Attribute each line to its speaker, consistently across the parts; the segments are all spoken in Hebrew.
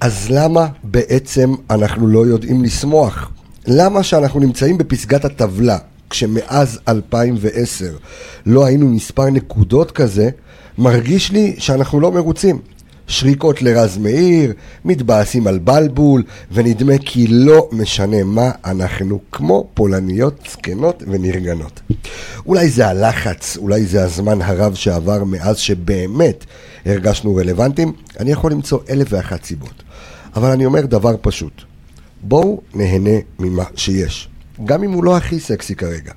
Speaker 1: אז למה בעצם אנחנו לא יודעים לשמוח? למה שאנחנו נמצאים בפסגת הטבלה, כשמאז 2010 לא היינו מספר נקודות כזה, מרגיש לי שאנחנו לא מרוצים. שריקות לרז מאיר, מתבאסים על בלבול, ונדמה כי לא משנה מה, אנחנו כמו פולניות זקנות ונרגנות. אולי זה הלחץ, אולי זה הזמן הרב שעבר מאז שבאמת הרגשנו רלוונטיים, אני יכול למצוא אלף ואחת סיבות. אבל אני אומר דבר פשוט, בואו נהנה ממה שיש, גם אם הוא לא הכי סקסי כרגע,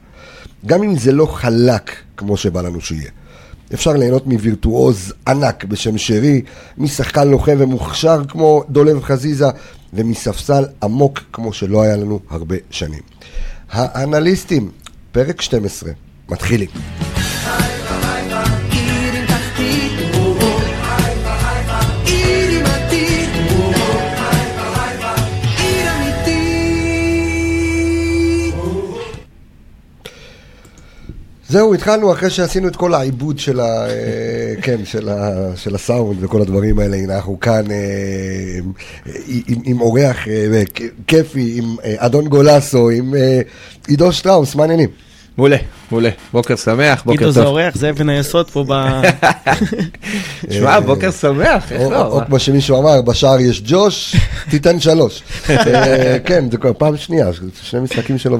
Speaker 1: גם אם זה לא חלק כמו שבא לנו שיהיה. אפשר ליהנות מווירטואוז ענק בשם שרי, משחקן לוחם ומוכשר כמו דולב חזיזה, ומספסל עמוק כמו שלא היה לנו הרבה שנים. האנליסטים, פרק 12, מתחילים. זהו, התחלנו אחרי שעשינו את כל העיבוד של, ה, אה, כן, של, ה, של הסאונד וכל הדברים האלה. הנה, אנחנו כאן אה, עם- עם, עם אורח אה, כ- כיפי, עם אה, אדון גולסו, עם אה, עידו שטראוס, מה העניינים?
Speaker 2: מעולה, מעולה. בוקר שמח, בוקר
Speaker 3: עידו זה
Speaker 2: טוב.
Speaker 3: אורח, זה אבן היסוד פה ב...
Speaker 2: שמע, בוקר שמח, איך
Speaker 1: או, או,
Speaker 2: לא?
Speaker 1: או
Speaker 2: מה?
Speaker 1: כמו שמישהו אמר, בשער יש ג'וש, תיתן שלוש. אה, כן, זה כבר פעם שנייה, שני משחקים שלו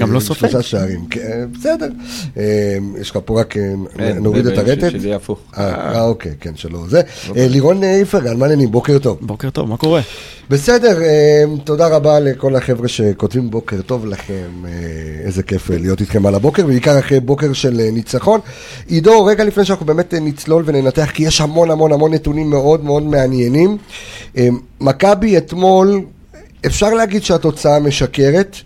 Speaker 3: גם לא
Speaker 1: ושלושה
Speaker 3: סופג.
Speaker 1: שערים. כן, בסדר. אה, יש לך פה רק, אה,
Speaker 2: אין,
Speaker 1: נוריד
Speaker 2: זה
Speaker 1: את
Speaker 2: בין
Speaker 1: הרטט.
Speaker 2: שלי- שלי הפוך.
Speaker 1: אה, אה, אוקיי, כן, שלא זה. אה, לירון אה, איפרגן, מה העניינים? בוקר טוב.
Speaker 3: בוקר טוב, מה קורה?
Speaker 1: בסדר, אה, תודה רבה לכל החבר'ה שכותבים בוקר טוב לכם, אה, איזה כיף אה, להיות איתכם על הבוקר, בעיקר אחרי בוקר של אה, ניצחון. עידו, רגע לפני שאנחנו באמת אה, נצלול וננתח, כי יש המון המון המון נתונים מאוד מאוד מעניינים. אה, מכבי אתמול, אפשר להגיד שהתוצאה משקרת.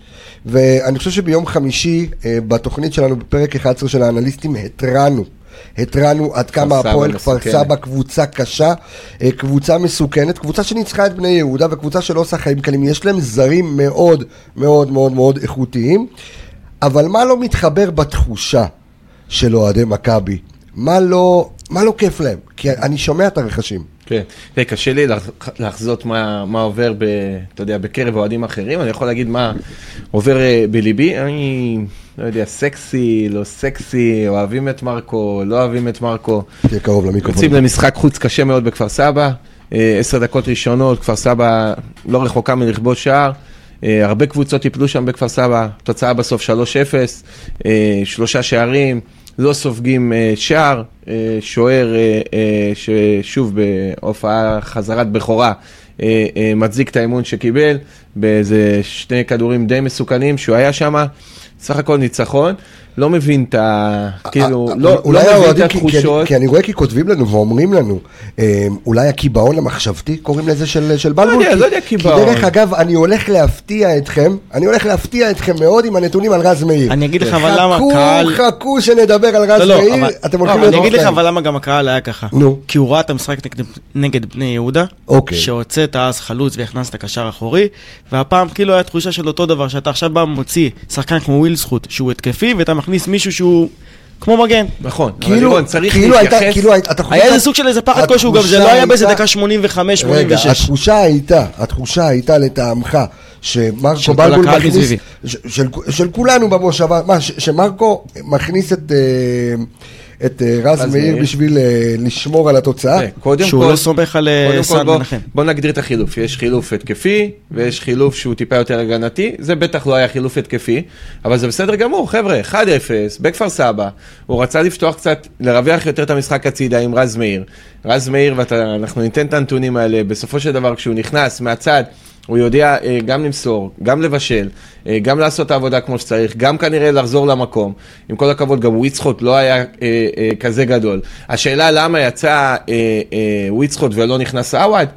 Speaker 1: ואני חושב שביום חמישי, אה, בתוכנית שלנו, בפרק 11 של האנליסטים, התרענו. התרענו עד כמה
Speaker 2: סבא
Speaker 1: הפועל כפר
Speaker 2: מסוכנת.
Speaker 1: סבא קבוצה קשה, אה, קבוצה מסוכנת, קבוצה שניצחה את בני יהודה וקבוצה שלא עושה חיים קלים, יש להם זרים מאוד מאוד מאוד מאוד איכותיים, אבל מה לא מתחבר בתחושה של אוהדי מכבי? מה לא, מה לא כיף להם? כי אני שומע את הרכשים.
Speaker 2: כן. תראה, קשה לי לח- לחזות מה מה עובר, ב- אתה יודע, בקרב אוהדים אחרים, אני יכול להגיד מה עובר אה, בליבי, אני לא יודע, סקסי, לא סקסי, אוהבים את מרקו, לא אוהבים את מרקו.
Speaker 1: תהיה קרוב למיקרופון.
Speaker 2: יוצאים למשחק חוץ קשה מאוד בכפר סבא, אה, עשר דקות ראשונות, כפר סבא לא רחוקה מלכבוש שער, אה, הרבה קבוצות טיפלו שם בכפר סבא, תוצאה בסוף 3-0, אה, שלושה שערים, לא סופגים אה, שער, אה, שוער אה, אה, ששוב בהופעה חזרת בכורה. אה, אה, מצדיק את האמון שקיבל באיזה שני כדורים די מסוכנים שהוא היה שם, סך הכל ניצחון, לא מבין את ה... כאילו,
Speaker 1: אה,
Speaker 2: לא לא
Speaker 1: אולי
Speaker 2: מבין
Speaker 1: האוהדים,
Speaker 2: את
Speaker 1: כי- כי אני-
Speaker 2: התחושות.
Speaker 1: כי אני רואה כי כותבים לנו ואומרים לנו, אה, אולי הקיבעון המחשבתי קוראים לזה של של בלבול?
Speaker 2: יודע,
Speaker 1: כי-
Speaker 2: לא יודע קיבעון.
Speaker 1: כי דרך אגב, אני הולך להפתיע אתכם, אני הולך להפתיע אתכם מאוד עם הנתונים על רז מאיר.
Speaker 3: אני אגיד לך אבל למה הקהל...
Speaker 1: חכו, חכו שנדבר על רז
Speaker 3: לא, לא,
Speaker 1: מאיר,
Speaker 3: אבל-
Speaker 1: אתם
Speaker 3: אבל
Speaker 1: הולכים
Speaker 3: אני אגיד לך
Speaker 1: מופתעים.
Speaker 3: אבל למה גם הקהל היה ככה.
Speaker 1: נו.
Speaker 3: כי הוא ראה את המשחק נגד- נגד בני יהודה,
Speaker 1: אוקיי.
Speaker 3: שהוצאת אז חלוץ והכנסת קשר אחורי, והפעם כאילו היה תחושה של אותו דבר, שאתה עכשיו בא ומוציא שחקן כמו וויל זכות, שהוא התקפי, ואתה מכניס מישהו שהוא כמו מגן.
Speaker 2: נכון, אבל
Speaker 1: כאילו-
Speaker 2: לירון, צריך
Speaker 1: כאילו הייתה-
Speaker 2: להתייחס,
Speaker 1: כאילו הייתה- אתה חושב-
Speaker 3: היה איזה סוג של איזה פחד כלשהו, גם זה לא היה באיזה
Speaker 1: התחושה
Speaker 3: דקה 85,
Speaker 1: רגע,
Speaker 3: 86.
Speaker 1: התחושה הייתה, התחושה הייתה לטעמך, שמרקו
Speaker 3: של כל
Speaker 1: בלבול
Speaker 3: הקהל
Speaker 1: מכניס,
Speaker 3: מסביבי.
Speaker 1: ש- של- של כולנו במושבה, מה, ש- שמרקו מכניס את... אה, את אה, רז
Speaker 2: רז
Speaker 1: מאיר
Speaker 2: מאיר.
Speaker 1: בשביל אה, לשמור על התוצאה.
Speaker 2: אה, קודם
Speaker 3: שהוא
Speaker 2: כל-
Speaker 3: לא סומך על אה,
Speaker 2: קודם כל
Speaker 3: סאן
Speaker 2: בוא-
Speaker 3: מנחם.
Speaker 2: בוא נגדיר את החילוף, יש חילוף התקפי ויש חילוף שהוא טיפה יותר הגנתי, זה בטח לא היה חילוף התקפי, אבל זה בסדר גמור, חבר'ה, 1-0, בכפר סבא, הוא רצה לפתוח קצת, לרווח יותר את המשחק הצידה עם רז מאיר. רז מאיר, ואנחנו ניתן את הנתונים האלה, בסופו של דבר כשהוא נכנס מהצד, הוא יודע אה, גם למסור, גם לבשל, אה, גם לעשות את העבודה כמו שצריך, גם כנראה לחזור למקום. עם כל הכבוד, גם וויצחוט לא היה אה, אה, כזה גדול. השאלה למה יצא אה, אה, וויצחוט ולא נכנס עווד,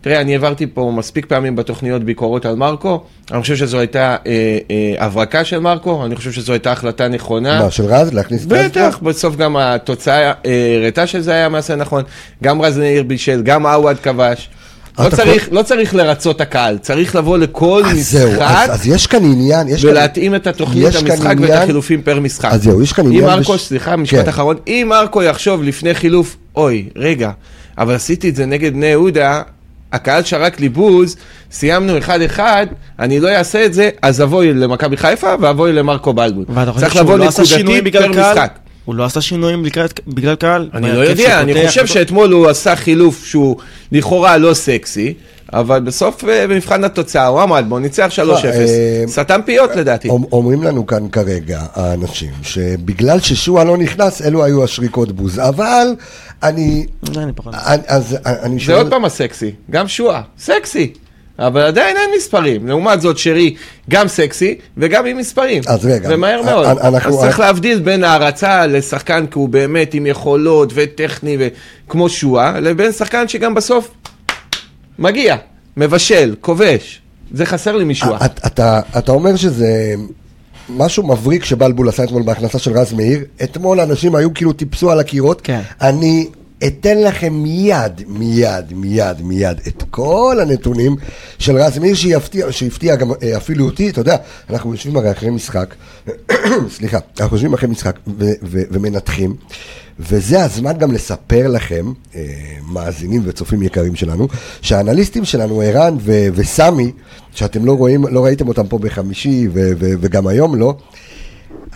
Speaker 2: תראה, אני העברתי פה מספיק פעמים בתוכניות ביקורות על מרקו, אני חושב שזו הייתה אה, אה, הברקה של מרקו, אני חושב שזו הייתה החלטה נכונה.
Speaker 1: מה, של רז? להכניס את רז?
Speaker 2: אה. בטח, בסוף גם התוצאה אה, הראתה שזה היה מעשה נכון. גם רז מאיר בישל, גם עווד כבש. לא
Speaker 1: אתה
Speaker 2: צריך, לא צריך לרצות את הקהל, צריך לבוא לכל
Speaker 1: אז אה, זהו,
Speaker 2: משחק
Speaker 1: אז, אז יש כאן עניין, יש כאן...
Speaker 2: ולהתאים את התוכנית
Speaker 1: יש כאן
Speaker 2: למשחק ואת
Speaker 1: עניין-
Speaker 2: החילופים פר משחק.
Speaker 1: אז זהו, יש כאן
Speaker 2: אם
Speaker 1: עניין
Speaker 2: מרקו,
Speaker 1: בש-
Speaker 2: סליחה, משפט
Speaker 1: כן.
Speaker 2: אחרון, אם מרקו יחשוב לפני חילוף, אוי, רגע, אבל עשיתי את זה נגד בני יהודה, הקהל שרק לי בוז, סיימנו 1-1, אני לא אעשה את זה, אז אבוי למכבי חיפה ואבוי למרקו בלבול.
Speaker 3: ואתה חושב
Speaker 2: צריך
Speaker 3: שהוא
Speaker 2: לבוא
Speaker 3: לא עשה
Speaker 2: נקודתי
Speaker 3: שינויים
Speaker 2: פר
Speaker 3: בגלל קהל?
Speaker 2: משחק.
Speaker 3: הוא לא עשה שינויים לקראת- בגלל קהל?
Speaker 2: אני לא
Speaker 3: בהרכב
Speaker 2: יודע, אני
Speaker 3: שפותח
Speaker 2: חושב
Speaker 3: הכל?
Speaker 2: שאתמול הוא עשה חילוף שהוא לכאורה לא סקסי, אבל בסוף אה, במבחן התוצאה הוא עמד בו, ניצח 3-0.
Speaker 1: אה,
Speaker 2: סתם פיות לדעתי.
Speaker 1: אומ- אומרים לנו כאן כרגע, האנשים, שבגלל ששועה לא נכנס, אלו היו השריקות בוז. אבל אני...
Speaker 3: זה אני פחות.
Speaker 1: אני- אז אני
Speaker 2: זה
Speaker 1: שואל...
Speaker 2: עוד פעם הסקסי, גם שועה, סקסי. אבל עדיין אין מספרים, לעומת זאת שרי גם סקסי וגם עם מספרים.
Speaker 1: אז רגע,
Speaker 2: זה מהר
Speaker 1: אנ-
Speaker 2: מאוד.
Speaker 1: אנ- אנחנו-
Speaker 2: אז צריך להבדיל בין הערצה לשחקן כי הוא באמת עם יכולות וטכני וכמו שועה, לבין שחקן שגם בסוף מגיע, מבשל, כובש. זה חסר לי משועה.
Speaker 1: את- אתה- אתה אומר שזה משהו מבריק שבלבול עשה אתמול בהכנסה של רז מאיר. אתמול אנשים היו כאילו טיפסו על הקירות.
Speaker 3: כן.
Speaker 1: אני אתן לכם מיד, מיד, מיד, מיד את כל הנתונים של רז מאיר שיפתיע, שהפתיע גם אה, אפילו אותי, אתה יודע, אנחנו יושבים הרי אחרי משחק, סליחה, אנחנו יושבים אחרי משחק ו- ו- ומנתחים, וזה הזמן גם לספר לכם, אה, מאזינים וצופים יקרים שלנו, שהאנליסטים שלנו, ערן ו- וסמי, שאתם לא רואים, לא ראיתם אותם פה בחמישי ו- ו- וגם היום לא,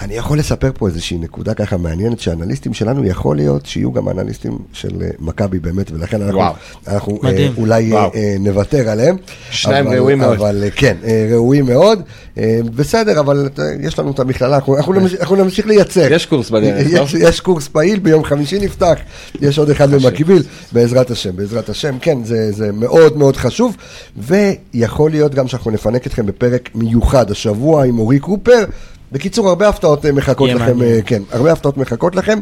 Speaker 1: אני יכול לספר פה איזושהי נקודה ככה מעניינת, שהאנליסטים שלנו יכול להיות שיהיו גם אנליסטים של אה, מכבי באמת, ולכן אנחנו,
Speaker 2: וואו.
Speaker 1: אנחנו אה,
Speaker 3: מדהים.
Speaker 1: אולי אה,
Speaker 2: וואו.
Speaker 1: אה, נוותר עליהם.
Speaker 2: שניים
Speaker 1: אבל-
Speaker 2: ראויים מאוד.
Speaker 1: אבל אה, כן, אה, ראויים מאוד. אה, בסדר, אבל אתה- יש לנו את המכללה, אנחנו- אנחנו נמשיך- אנחנו נמשיך לייצר.
Speaker 2: אוקיי. יש קורס בדרך,
Speaker 1: יש-
Speaker 2: לא?
Speaker 1: יש קורס פעיל, ביום חמישי נפתח, יש עוד אחד במקביל, בעזרת השם, בעזרת השם, כן, זה, זה מאוד מאוד חשוב, ויכול להיות גם שאנחנו נפנק אתכם בפרק מיוחד השבוע עם אורי קופר. בקיצור, הרבה הפתעות אה, מחכות
Speaker 3: יהיה
Speaker 1: לכם,
Speaker 3: מעניין.
Speaker 1: אה, כן, הרבה הפתעות מחכות לכם.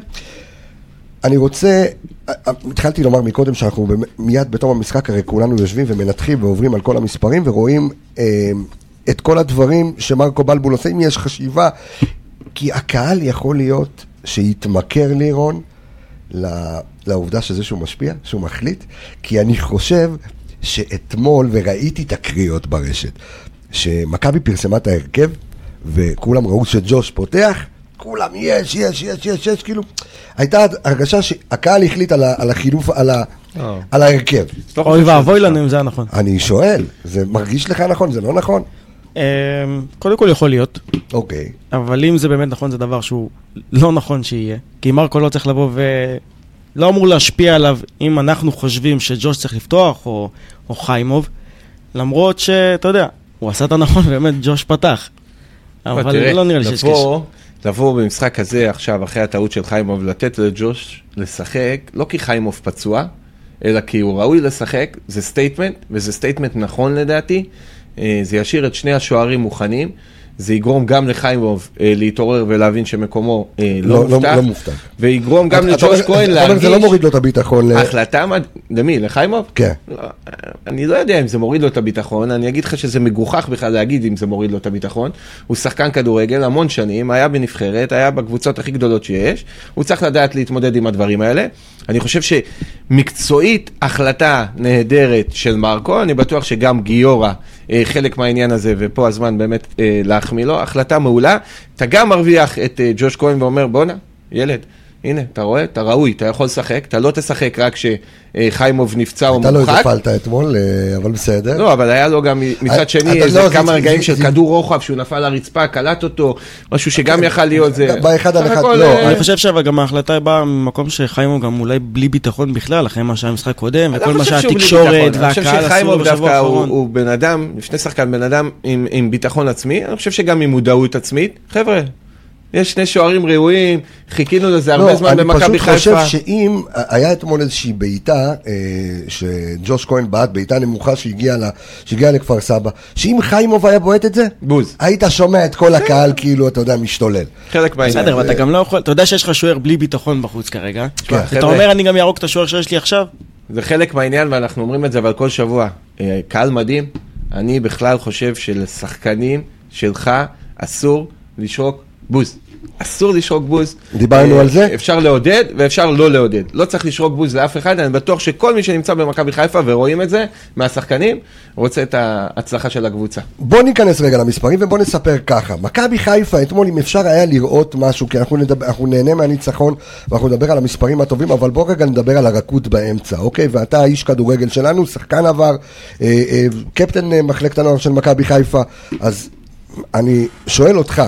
Speaker 1: אני רוצה, אה, אה, התחלתי לומר מקודם שאנחנו במ- מיד בתום המשחק הרי כולנו יושבים ומנתחים ועוברים על כל המספרים ורואים אה, את כל הדברים שמרקו בלבול עושה, אם יש חשיבה, כי הקהל יכול להיות שיתמכר לירון ל- לעובדה שזה שהוא משפיע, שהוא מחליט, כי אני חושב שאתמול, וראיתי את הקריאות ברשת, שמכבי פרסמה את ההרכב וכולם ראו שג'וש פותח, כולם, יש, יש, יש, יש, יש, כאילו, הייתה הרגשה שהקהל החליט על, ה, על החילוף, על, ה,
Speaker 2: אה.
Speaker 1: על ההרכב.
Speaker 2: לא חושב
Speaker 3: אוי
Speaker 2: שזה
Speaker 3: ואבוי
Speaker 2: שם.
Speaker 3: לנו אם זה היה נכון.
Speaker 1: אני שואל, זה מרגיש לך נכון, זה לא נכון?
Speaker 2: אה,
Speaker 3: אמ, קודם כל יכול להיות,
Speaker 1: אוקיי.
Speaker 3: אבל אם זה באמת נכון, זה דבר שהוא לא נכון שיהיה. כי מרקו לא צריך לבוא ו... לא אמור להשפיע עליו אם אנחנו חושבים שג'וש צריך לפתוח, או, או חיימוב, למרות שאתה יודע, הוא עשה את הנכון, באמת ג'וש פתח. אבל
Speaker 2: תראה,
Speaker 3: לא נראה לי שיש קשר.
Speaker 2: לבוא- לבוא במשחק הזה עכשיו, אחרי הטעות של חיימוב, לתת לג'וש לשחק, לא כי חיימוב פצוע, אלא כי הוא ראוי לשחק, זה סטייטמנט, וזה סטייטמנט נכון לדעתי. אה, זה ישאיר את שני השוערים מוכנים, זה יגרום גם לחיימוב אה, להתעורר ולהבין שמקומו אה, לא,
Speaker 1: לא- לא-
Speaker 2: מובטח,
Speaker 1: לא מובטח.
Speaker 2: ויגרום גם
Speaker 1: אתה- אתה
Speaker 2: לג'וש
Speaker 1: אומר-
Speaker 2: כהן
Speaker 1: אתה אומר,
Speaker 2: להרגיש... אה,
Speaker 1: זה לא מוריד לו את הביטחון. ל-
Speaker 2: החלטה, מד- למי? לחיימוב?
Speaker 1: כן.
Speaker 2: לא, אני לא יודע אם זה מוריד לו את הביטחון, אני אגיד לך שזה מגוחך בכלל להגיד אם זה מוריד לו את הביטחון. הוא שחקן כדורגל המון שנים, היה בנבחרת, היה בקבוצות הכי גדולות שיש, הוא צריך לדעת להתמודד עם הדברים האלה. אני חושב שמקצועית החלטה נהדרת של מרקו, אני בטוח שגם גיורא אה, חלק מהעניין הזה, ופה הזמן באמת אה, להחמיא לו, החלטה מעולה. אתה גם מרוויח את אה, ג'וש כהן ואומר בואנה, ילד. הנה, אתה רואה? אתה ראוי, אתה יכול לשחק, אתה לא תשחק רק כשחיימוב נפצע או
Speaker 1: אתה לא
Speaker 2: מורחק.
Speaker 1: התפלת אתמול, אה, אבל בסדר.
Speaker 2: לא, אבל היה לו גם מצד
Speaker 1: אתה-
Speaker 2: שני
Speaker 1: אתה-
Speaker 2: איזה
Speaker 1: לא, זה-
Speaker 2: כמה
Speaker 1: זה-
Speaker 2: רגעים
Speaker 1: זה-
Speaker 2: של
Speaker 1: זה-
Speaker 2: כדור רוחב שהוא נפל לרצפה, קלט אותו, משהו שגם יכל להיות זה.
Speaker 1: באחד על
Speaker 2: סך
Speaker 1: אחד,
Speaker 2: הכל,
Speaker 1: לא,
Speaker 2: אה,
Speaker 3: אני חושב שאבל גם ההחלטה באה ממקום שחיימו גם אולי בלי ביטחון בכלל, אחרי מה שהיה משחק קודם,
Speaker 2: אני
Speaker 3: וכל
Speaker 2: לא
Speaker 3: מה
Speaker 2: חושב שהוא בלי
Speaker 3: שהתקשורת
Speaker 2: ביטחון.
Speaker 3: והקהל
Speaker 2: אני חושב
Speaker 3: עשו לו
Speaker 2: שחיימוב
Speaker 3: בשבוע
Speaker 2: דווקא הוא-
Speaker 3: האחרון.
Speaker 2: הוא בן אדם, לפני שחקן בן אדם עם- עם ביטחון עצמי, אני חושב שגם עם מודעות עצמית. חבר'ה, יש שני שוערים ראויים, חיכינו לזה הרבה זמן במכבי
Speaker 1: לא, אני פשוט
Speaker 2: חיפה.
Speaker 1: חושב שאם אה, היה אתמול איזושהי בעיטה, אה, שג'וש כהן בעט בעיטה נמוכה שהגיעה לה- שהגיעה לכפר סבא, שאם חיימוב היה בועט את זה,
Speaker 2: בוז.
Speaker 1: היית שומע את כל הקהל כאילו, אתה יודע, משתולל.
Speaker 2: חלק מהעניין.
Speaker 3: בסדר, אבל אתה גם לא יכול, אתה יודע שיש לך שוער בלי ביטחון בחוץ כרגע.
Speaker 1: כן.
Speaker 3: אתה אומר, אני גם יהרוג את השוער שיש לי עכשיו?
Speaker 2: זה חלק מהעניין, ואנחנו אומרים את זה אבל כל שבוע. אה, קהל מדהים, אני בכלל חושב שלשחקנים שלך אסור לשרוק בוז. אסור לשרוק בוז.
Speaker 1: דיברנו
Speaker 2: אה,
Speaker 1: על זה?
Speaker 2: אפשר לעודד ואפשר לא לעודד. לא צריך לשרוק בוז לאף אחד, אני בטוח שכל מי שנמצא במכבי חיפה ורואים את זה מהשחקנים, רוצה את ההצלחה של הקבוצה.
Speaker 1: בוא ניכנס רגע למספרים ובוא נספר ככה. מכבי חיפה, אתמול אם אפשר היה לראות משהו, כי אנחנו, נדבר, אנחנו נהנה מהניצחון ואנחנו נדבר על המספרים הטובים, אבל בוא רגע נדבר על הרכות באמצע, אוקיי? ואתה איש כדורגל שלנו, שחקן עבר, אה, אה, קפטן אה, מחלקת הנוער של מכבי חיפה, אז אני שואל אותך,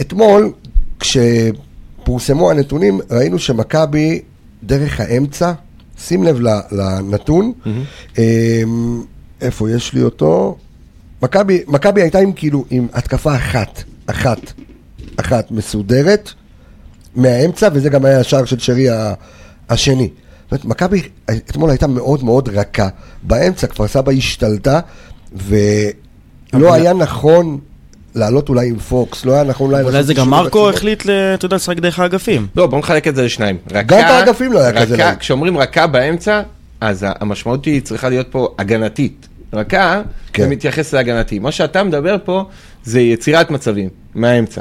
Speaker 1: אתמול כשפורסמו הנתונים ראינו שמכבי דרך האמצע, שים לב ל- לנתון, אמ, איפה יש לי אותו? מכבי מכבי הייתה עם כאילו עם התקפה אחת, אחת, אחת מסודרת מהאמצע וזה גם היה השער של שרי ה- השני. זאת אומרת, מכבי אתמול הייתה מאוד מאוד רכה באמצע, כפר סבא השתלטה ולא היה נכון לעלות אולי עם פוקס, לא היה נכון אולי...
Speaker 3: אולי
Speaker 1: לעשות
Speaker 3: זה גם
Speaker 1: קישור
Speaker 3: מרקו
Speaker 1: בצורות.
Speaker 3: החליט, ל- אתה יודע, לשחק דרך האגפים.
Speaker 2: לא, בואו נחלק את זה לשניים. רכה,
Speaker 1: גם באגפים לא היה
Speaker 2: רכה-
Speaker 1: כזה להם.
Speaker 2: כשאומרים רכה באמצע, אז ה- המשמעות היא צריכה להיות פה הגנתית. רכה,
Speaker 1: כן.
Speaker 2: זה מתייחס להגנתי. מה שאתה מדבר פה זה יצירת מצבים מהאמצע.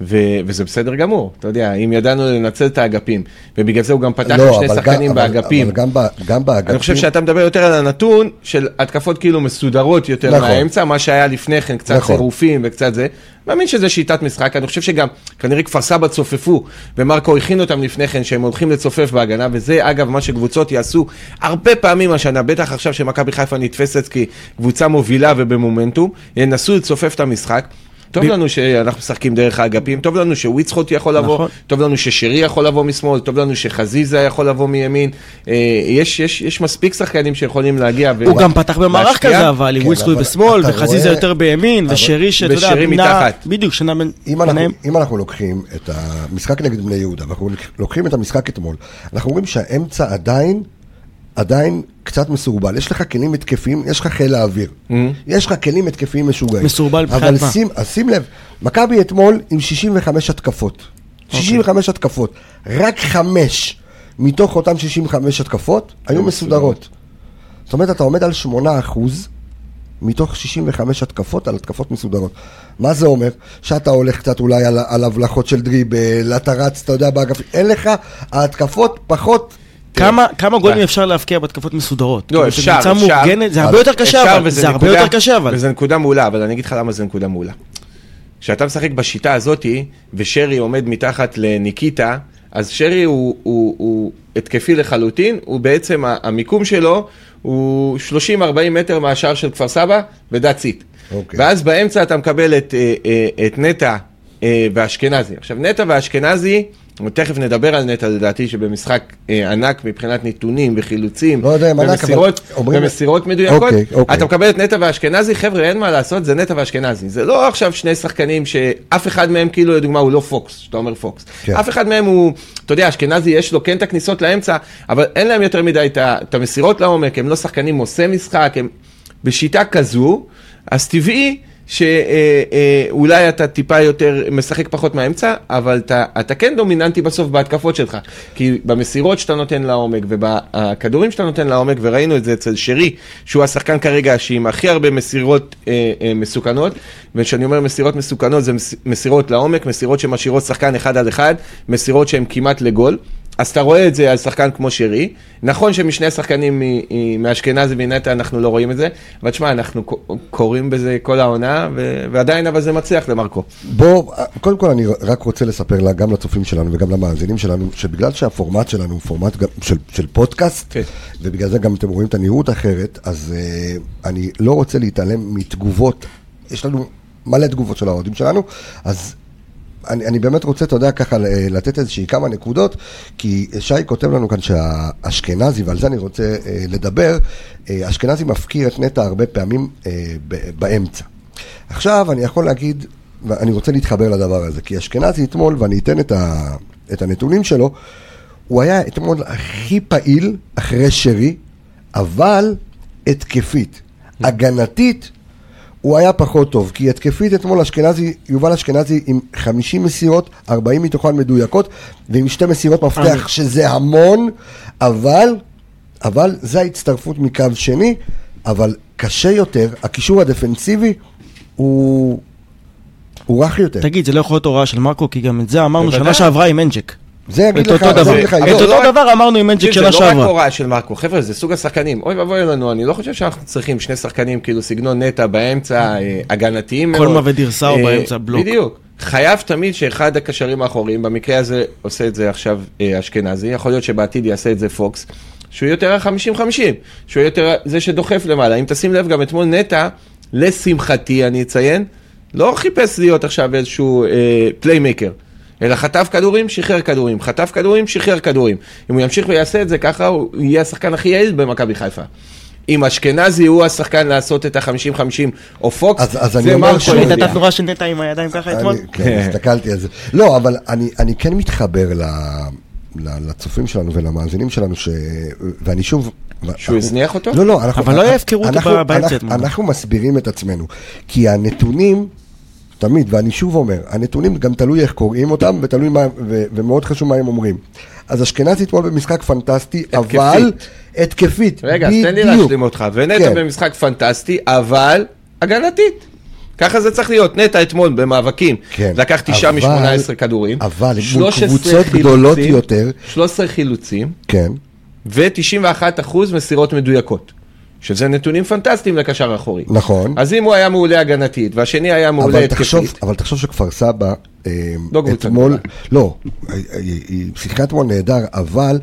Speaker 2: ו- וזה בסדר גמור, אתה יודע, אם ידענו לנצל את האגפים, ובגלל זה הוא גם פתח עם
Speaker 1: לא,
Speaker 2: שני
Speaker 1: אבל
Speaker 2: שחקנים
Speaker 1: אבל-
Speaker 2: באגפים.
Speaker 1: אבל גם ב- גם באגפים.
Speaker 2: אני חושב שאתה מדבר יותר על הנתון של התקפות כאילו מסודרות יותר
Speaker 1: נכון.
Speaker 2: נכון. מהאמצע, מה שהיה לפני כן, קצת
Speaker 1: נכון.
Speaker 2: נכון. צירופים וקצת זה. מאמין שזה שיטת משחק, אני חושב שגם, כנראה כפר סבא צופפו, ומרקו הכין אותם לפני כן, שהם הולכים לצופף בהגנה, וזה אגב מה שקבוצות יעשו הרבה פעמים השנה, בטח עכשיו שמכבי חיפה נתפסת כקבוצה מובילה ובמומנטום, ינסו לצופף את המשחק. טוב
Speaker 3: ב-
Speaker 2: לנו שאנחנו משחקים דרך האגפים, טוב לנו שוויצחוט יכול לבוא,
Speaker 3: נכון.
Speaker 2: טוב לנו ששרי יכול לבוא משמאל, טוב לנו שחזיזה יכול לבוא מימין. אה, יש, יש, יש מספיק שחקנים שיכולים להגיע. ו-
Speaker 3: הוא גם פתח במערך
Speaker 2: להשפיע.
Speaker 3: כזה, אבל עם
Speaker 1: כן,
Speaker 3: ווילסקוט
Speaker 1: אבל
Speaker 3: בשמאל,
Speaker 1: אתה
Speaker 3: וחזיזה
Speaker 1: רואה-
Speaker 3: יותר בימין, ושרי שאתה יודע,
Speaker 2: ושרי
Speaker 3: נע-
Speaker 2: מתחת.
Speaker 3: בדיוק, שנע בין...
Speaker 1: אם אנחנו,
Speaker 3: ביניהם.
Speaker 1: אם אנחנו לוקחים את המשחק נגד בני יהודה, ואנחנו לוקחים את המשחק אתמול, אנחנו רואים שהאמצע עדיין, עדיין קצת מסורבל. יש לך כלים התקפיים, יש לך חיל האוויר. יש לך כלים התקפיים משוגעים.
Speaker 3: Mm. מסורבל מבחינת
Speaker 1: אבל
Speaker 3: מה?
Speaker 1: שים, אז שים לב, מכבי אתמול עם 65 התקפות. 65 התקפות. רק חמש מתוך אותן 65 התקפות היו מסודרות. זאת אומרת, אתה עומד על 8 אחוז. מתוך 65 התקפות על התקפות מסודרות. מה זה אומר? שאתה הולך קצת אולי על, על הבלחות של דריבל, אתה רץ, אתה יודע, באגף, אין לך, ההתקפות פחות.
Speaker 3: כמה, כמה גולים אפשר להבקיע בהתקפות מסודרות?
Speaker 2: כן. אה. לא,
Speaker 3: כאילו,
Speaker 2: אפשר,
Speaker 3: זו קבוצה
Speaker 2: אפשר. אה,
Speaker 3: מאורגנת, זה
Speaker 1: אבל-
Speaker 3: הרבה יותר קשה,
Speaker 2: אפשר,
Speaker 3: אבל.
Speaker 2: וזה
Speaker 3: זה הרבה
Speaker 2: נקודה-
Speaker 3: יותר קשה, אבל.
Speaker 2: וזה נקודה מעולה, אבל אני אגיד לך למה זה נקודה מעולה. כשאתה משחק בשיטה הזאתי, ושרי עומד מתחת לניקיטה, אז שרי הוא, הוא, הוא התקפי לחלוטין, הוא בעצם, ה- המיקום שלו הוא 30-40 מטר מהשער של כפר סבא, ו-that's it.
Speaker 1: אוקיי.
Speaker 2: ואז באמצע אתה מקבל את, אה, אה, את נטע אה, ואשכנזי. עכשיו, נטע ואשכנזי, תכף נדבר על נטע לדעתי, שבמשחק אה, ענק מבחינת נתונים וחילוצים,
Speaker 1: לא יודע אם ענק, אבל
Speaker 2: ומסירות,
Speaker 1: אומרים-
Speaker 2: ומסירות מדויקות.
Speaker 1: אוקיי, אוקיי.
Speaker 2: אתה מקבל את נטע ואשכנזי, חבר'ה, אין מה לעשות, זה נטע ואשכנזי. זה לא עכשיו שני שחקנים שאף אחד מהם, כאילו, לדוגמה, הוא לא פוקס, שאתה אומר פוקס.
Speaker 1: כן.
Speaker 2: אף אחד מהם הוא, אתה יודע, אשכנזי יש לו כן את הכניסות לאמצע, אבל אין להם יותר מדי את ה- את המסירות לעומק, הם לא שחקנים עושי משחק, הם בשיטה כזו, אז טבעי. שאולי אתה טיפה יותר משחק פחות מהאמצע, אבל אתה, אתה כן דומיננטי בסוף בהתקפות שלך. כי במסירות שאתה נותן לעומק ובכדורים שאתה נותן לעומק, וראינו את זה אצל שרי, שהוא השחקן כרגע שעם הכי הרבה מסירות אה, אה, מסוכנות, וכשאני אומר מסירות מסוכנות זה מס, מסירות לעומק, מסירות שמשאירות שחקן אחד על אחד, מסירות שהן כמעט לגול. אז אתה רואה את זה על שחקן כמו שרי, נכון שמשני השחקנים מ- מ- מאשכנזי ונטע אנחנו לא רואים את זה, אבל תשמע, אנחנו ק- קוראים בזה כל העונה, ו- ועדיין אבל זה מצליח למרקו.
Speaker 3: כן,
Speaker 1: בוא, קודם כל אני רק רוצה לספר לה, גם לצופים שלנו וגם למאזינים שלנו, שבגלל שהפורמט שלנו הוא פורמט גם של, של פודקאסט,
Speaker 2: כן.
Speaker 1: ובגלל זה גם אתם רואים את הנראות אחרת, אז uh, אני לא רוצה להתעלם מתגובות, יש לנו מלא תגובות של האוהדים שלנו, אז אני, אני באמת רוצה, אתה יודע, ככה ל- לתת איזושהי כמה נקודות, כי שי כותב לנו כאן שהאשכנזי, ועל זה אני רוצה אה, לדבר, אה, אשכנזי מפקיר את נטע הרבה פעמים אה, ב- באמצע. עכשיו אני יכול להגיד, ואני רוצה להתחבר לדבר הזה, כי אשכנזי אתמול, ואני אתן את, ה, את הנתונים שלו, הוא היה אתמול הכי פעיל אחרי שרי, אבל התקפית. הגנתית, הוא היה פחות טוב, כי התקפית אתמול אשכנזי, יובל אשכנזי עם 50 מסירות, 40 מתוכן מדויקות, ועם שתי מסירות מפתח,
Speaker 3: אני-
Speaker 1: שזה המון, אבל, אבל זה ההצטרפות מקו שני, אבל קשה יותר, הקישור הדפנסיבי הוא הוא רך יותר.
Speaker 3: תגיד, זה לא יכול להיות הוראה של מרקו, כי גם את זה אמרנו
Speaker 2: בוודאי.
Speaker 3: שנה שעברה עם אנג'ק.
Speaker 1: זה יגיד
Speaker 3: את
Speaker 1: לך,
Speaker 3: אותו
Speaker 1: עזוב
Speaker 3: דבר.
Speaker 1: לך,
Speaker 2: אבל
Speaker 3: את
Speaker 1: לא,
Speaker 2: לא רק-
Speaker 3: אותו דבר אמרנו עם אנג'ק
Speaker 2: תקשיב, זה
Speaker 3: שנה
Speaker 2: לא רק
Speaker 3: שעברה.
Speaker 2: הוראה של מרקו, חבר'ה, זה סוג השחקנים. אוי ואבוי לנו, אני לא חושב שאנחנו צריכים שני שחקנים כאילו סגנון נטע באמצע, אה, הגנתיים מאוד.
Speaker 3: קולמה ודירסאו
Speaker 2: אה,
Speaker 3: באמצע, בלוק.
Speaker 2: בדיוק. חייב תמיד שאחד הקשרים האחוריים, במקרה הזה עושה את זה עכשיו אה, אשכנזי, יכול להיות שבעתיד יעשה את זה פוקס, שהוא יותר ה-50-50, שהוא יותר ה- זה שדוחף למעלה. אם תשים לב, גם אתמול נטע, לשמחתי אני אציין, לא חיפש להיות עכשיו איזשהו אה, פליימקר. אלא חטף כדורים, שחרר כדורים, חטף כדורים, שחרר כדורים. אם הוא ימשיך ויעשה את זה ככה, הוא יהיה השחקן הכי יעיל במכבי חיפה. אם אשכנזי הוא השחקן לעשות את ה-50-50, או פוקס,
Speaker 1: אז- אז
Speaker 2: זה
Speaker 1: אני אומר
Speaker 2: מרקו
Speaker 1: שוב,
Speaker 2: יודע.
Speaker 3: ראית את התנועה של נטע עם הידיים ככה אתמול?
Speaker 1: אני- כן, הסתכלתי על זה. לא, אבל אני- אני כן מתחבר ל- ל- לצופים שלנו ולמאזינים שלנו, ש- ואני שוב...
Speaker 2: שהוא הזניח אותו?
Speaker 1: לא, לא, אנחנו...
Speaker 3: אבל לא היה הפקרות
Speaker 1: אנחנו-
Speaker 3: ב- באמצע
Speaker 1: אנחנו-
Speaker 3: אתמול.
Speaker 1: אנחנו מסבירים את עצמנו, כי הנתונים... תמיד, ואני שוב אומר, הנתונים גם תלוי איך קוראים אותם, ותלוי מה, ו, ומאוד חשוב מה הם אומרים. אז אשכנזי אתמול במשחק פנטסטי, אבל התקפית,
Speaker 2: רגע, אז תן לי
Speaker 1: בדיוק.
Speaker 2: להשלים אותך. ונטע
Speaker 1: כן.
Speaker 2: במשחק פנטסטי, אבל הגנתית. ככה זה צריך להיות. נטע אתמול במאבקים,
Speaker 1: כן,
Speaker 2: לקח תשעה
Speaker 1: אבל-
Speaker 2: מ-18 כדורים.
Speaker 1: אבל מול
Speaker 2: 13
Speaker 1: קבוצות
Speaker 2: חילוצים-
Speaker 1: גדולות יותר.
Speaker 2: 13 חילוצים
Speaker 1: כן.
Speaker 2: ו-91% מסירות מדויקות. שזה נתונים פנטסטיים לקשר האחורי.
Speaker 1: נכון.
Speaker 2: אז אם הוא היה מעולה הגנתית, והשני היה מעולה
Speaker 1: אבל תחשוב,
Speaker 2: התקפית,
Speaker 1: אבל תחשוב שכפר סבא, אה,
Speaker 2: לא קבוצה
Speaker 1: אתמול,
Speaker 2: גדולה.
Speaker 1: לא, היא- היא היא שיחקה אתמול נהדר, אבל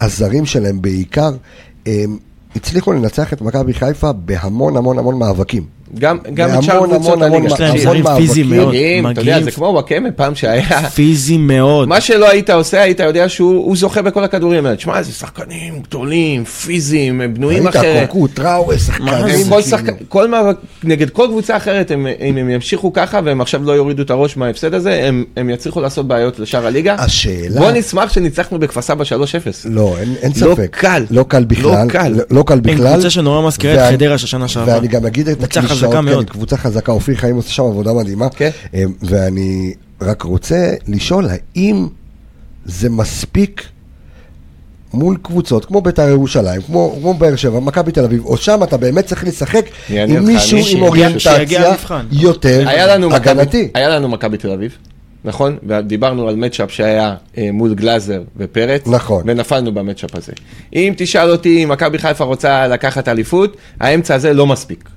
Speaker 1: הזרים שלהם בעיקר, הם הצליחו לנצח את מכבי חיפה בהמון המון המון מאבקים.
Speaker 2: גם גם את
Speaker 1: והמון,
Speaker 2: שאר קבוצות
Speaker 1: המון, המון
Speaker 2: הליגה.
Speaker 1: מה-
Speaker 3: יש להם
Speaker 1: המון
Speaker 3: זרים
Speaker 1: מאבקים.
Speaker 3: פיזיים מאוד.
Speaker 2: מגיעים, אתה יודע,
Speaker 3: מגיעים
Speaker 2: זה כמו וואקמה פעם שהיה.
Speaker 3: פיזיים מאוד.
Speaker 2: מה שלא היית עושה, היית יודע שהוא הוא זוכה בכל הכדורים האלה. תשמע, זה שחקנים גדולים, פיזיים, הם בנויים
Speaker 1: ראית,
Speaker 2: אחרת.
Speaker 1: קורקו, טראורי,
Speaker 2: הם
Speaker 1: שחקנים, כאילו.
Speaker 2: כל שחק... כל מאבק, נגד כל קבוצה אחרת, הם, אם הם ימשיכו ככה והם עכשיו לא יורידו את הראש מההפסד הזה, הם, הם יצליחו לעשות בעיות לשאר הליגה.
Speaker 1: השאלה-
Speaker 2: בוא נשמח שניצחנו בכפר סבא 3-0.
Speaker 1: לא, אין, אין
Speaker 2: לא
Speaker 1: ספק.
Speaker 2: קל.
Speaker 1: לא קל בכלל.
Speaker 2: לא קל.
Speaker 1: לא קל
Speaker 3: הם
Speaker 1: בכלל.
Speaker 3: קבוצה שנורא מזכירה
Speaker 1: ואני-
Speaker 3: את חדרה של שנה שעברה.
Speaker 1: ואני גם אגיד את
Speaker 3: קבוצה
Speaker 1: הקלישאות,
Speaker 3: חזקה
Speaker 1: כן,
Speaker 3: מאוד.
Speaker 1: היא קבוצה חזקה, אופיר חיים עושה שם עבודה מדהימה.
Speaker 2: כן.
Speaker 1: אמ, ואני רק רוצה לשאול, האם זה מספיק מול קבוצות כמו בית"ר ירושלים, כמו, כמו באר שבע, מכבי תל אביב, או שם אתה באמת צריך לשחק
Speaker 2: אני אענה
Speaker 1: עם
Speaker 2: אותך,
Speaker 1: מישהו
Speaker 2: מישהו
Speaker 1: עם
Speaker 2: שיגיע-
Speaker 3: שיגיע
Speaker 1: אוריינטציה
Speaker 3: למבחן.
Speaker 1: יותר
Speaker 2: היה לנו, מכבי,
Speaker 1: הגנתי.
Speaker 2: היה לנו מכבי תל אביב, נכון? ודיברנו על מצ'אפ שהיה אה, מול גלאזר ופרץ.
Speaker 1: נכון.
Speaker 2: ונפלנו במצ'אפ הזה. אם תשאל אותי אם מכבי חיפה רוצה לקחת אליפות, האמצע הזה לא מספיק.